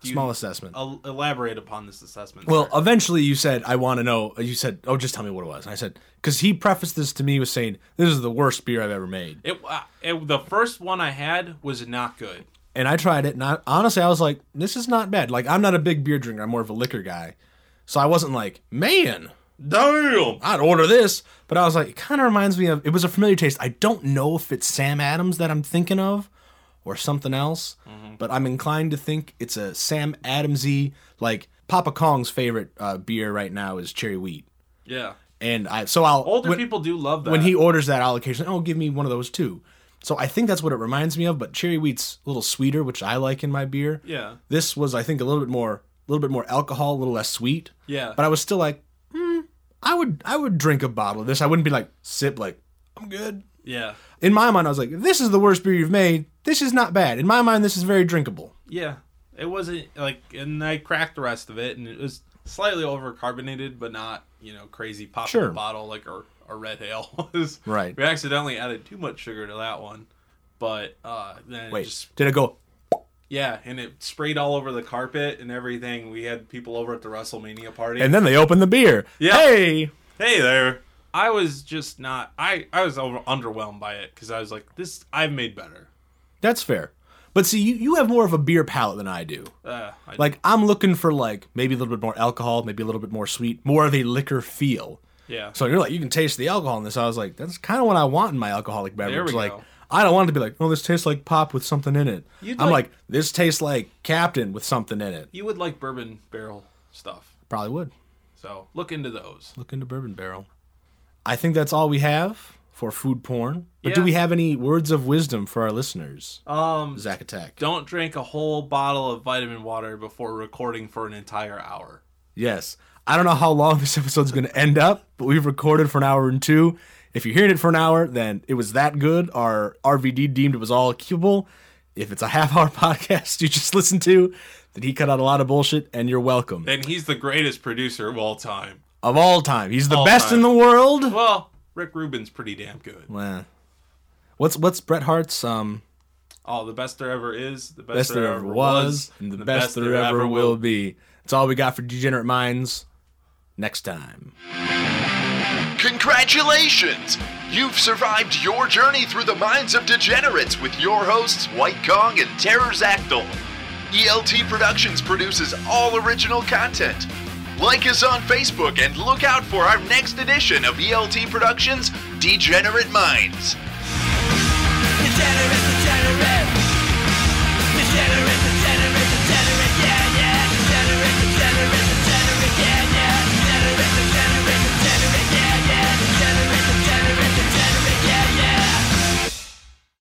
[SPEAKER 5] do
[SPEAKER 4] Oh.
[SPEAKER 5] you
[SPEAKER 4] small assessment.
[SPEAKER 5] el- elaborate upon this assessment
[SPEAKER 4] well,
[SPEAKER 5] sir?
[SPEAKER 4] eventually you said, "I want to know." You said, "Oh, just tell me what it was." And I said, "Because he prefaced this to me with saying this is the worst beer I've ever made,"
[SPEAKER 5] it, uh, it the first one i had was not good
[SPEAKER 4] and I tried it. And I, honestly, I was like, "This is not bad." Like I'm not a big beer drinker. I'm more of a liquor guy, so I wasn't like, "Man,
[SPEAKER 5] damn
[SPEAKER 4] I'd order this," but I was like, it kind of reminds me of. It was a familiar taste. I don't know if it's Sam Adams that I'm thinking of, or something else,
[SPEAKER 5] Mm-hmm.
[SPEAKER 4] but I'm inclined to think it's a Sam Adamsy. Like Papa Kong's favorite uh, beer right now is cherry wheat,
[SPEAKER 5] yeah
[SPEAKER 4] and I so I'll
[SPEAKER 5] older
[SPEAKER 4] when,
[SPEAKER 5] people do love that
[SPEAKER 4] when he orders that allocation, oh, give me one of those too. So I think that's what it reminds me of. But cherry wheat's a little sweeter, which I like in my beer.
[SPEAKER 5] yeah
[SPEAKER 4] This was, I think, a little bit more, a little bit more alcohol, a little less sweet.
[SPEAKER 5] Yeah.
[SPEAKER 4] But I was still like, hmm, I would, I would drink a bottle of this. I wouldn't be like sip, like I'm good.
[SPEAKER 5] yeah
[SPEAKER 4] In my mind, I was like, this is the worst beer you've made. This is not bad. In my mind, this is very drinkable.
[SPEAKER 5] yeah it wasn't like and i cracked the rest of it and it was slightly over carbonated but not you know crazy pop in
[SPEAKER 4] Sure.
[SPEAKER 5] the bottle like a, a red ale was
[SPEAKER 4] Right.
[SPEAKER 5] we accidentally added too much sugar to that one but uh then it
[SPEAKER 4] Wait,
[SPEAKER 5] just
[SPEAKER 4] did it go?
[SPEAKER 5] yeah and it sprayed all over the carpet and everything we had people over at the wrestlemania party
[SPEAKER 4] And then they opened the beer.
[SPEAKER 5] Yeah.
[SPEAKER 4] Hey,
[SPEAKER 5] hey there i was just not i i was over, underwhelmed by it because i was like this i've made better
[SPEAKER 4] that's fair. But see, you, you have more of a beer palate than I do.
[SPEAKER 5] uh I,
[SPEAKER 4] Like I'm looking for like maybe a little bit more alcohol, maybe a little bit more sweet, more of a liquor feel.
[SPEAKER 5] yeah
[SPEAKER 4] So you're like, you can taste the alcohol in this. I was like, that's kind of what I want in my alcoholic beverage.
[SPEAKER 5] we
[SPEAKER 4] like,
[SPEAKER 5] go.
[SPEAKER 4] I don't want it to be like, oh, this tastes like pop with something in it.
[SPEAKER 5] You'd
[SPEAKER 4] I'm
[SPEAKER 5] like-
[SPEAKER 4] like, this tastes like Captain with something in it.
[SPEAKER 5] you would like bourbon barrel stuff
[SPEAKER 4] Probably would
[SPEAKER 5] so look into those
[SPEAKER 4] look into Bourbon Barrel. I think that's all we have for food porn. But do
[SPEAKER 5] Yeah.
[SPEAKER 4] we have any words of wisdom for our listeners?
[SPEAKER 5] um
[SPEAKER 4] Zack Attack.
[SPEAKER 5] don't drink a whole bottle of vitamin water before recording for an entire hour.
[SPEAKER 4] Yes, I don't know how long this episode's going to end up, but we've recorded for an hour and two. If you're hearing it for an hour, then it was that good. Our RVD deemed it was all cubable. If it's a half hour podcast you just listened to, then he cut out a lot of bullshit, and you're welcome.
[SPEAKER 5] And he's the greatest producer of all time.
[SPEAKER 4] Of all time, he's the
[SPEAKER 5] All
[SPEAKER 4] best
[SPEAKER 5] time.
[SPEAKER 4] in the world.
[SPEAKER 5] Well, Rick Rubin's pretty damn good.
[SPEAKER 4] Well, What's what's Bret Hart's um
[SPEAKER 5] Oh, the best there ever is, the best,
[SPEAKER 4] best there ever was and the best there ever will be. It's all we got for Degenerate Minds. Next time.
[SPEAKER 1] Congratulations! You've survived your journey through the minds of degenerates with your hosts, White Kong and Terror Zactyl. ELT Productions produces all original content. Like us on E Facebook and look out for our next edition of ELT Productions Degenerate Minds.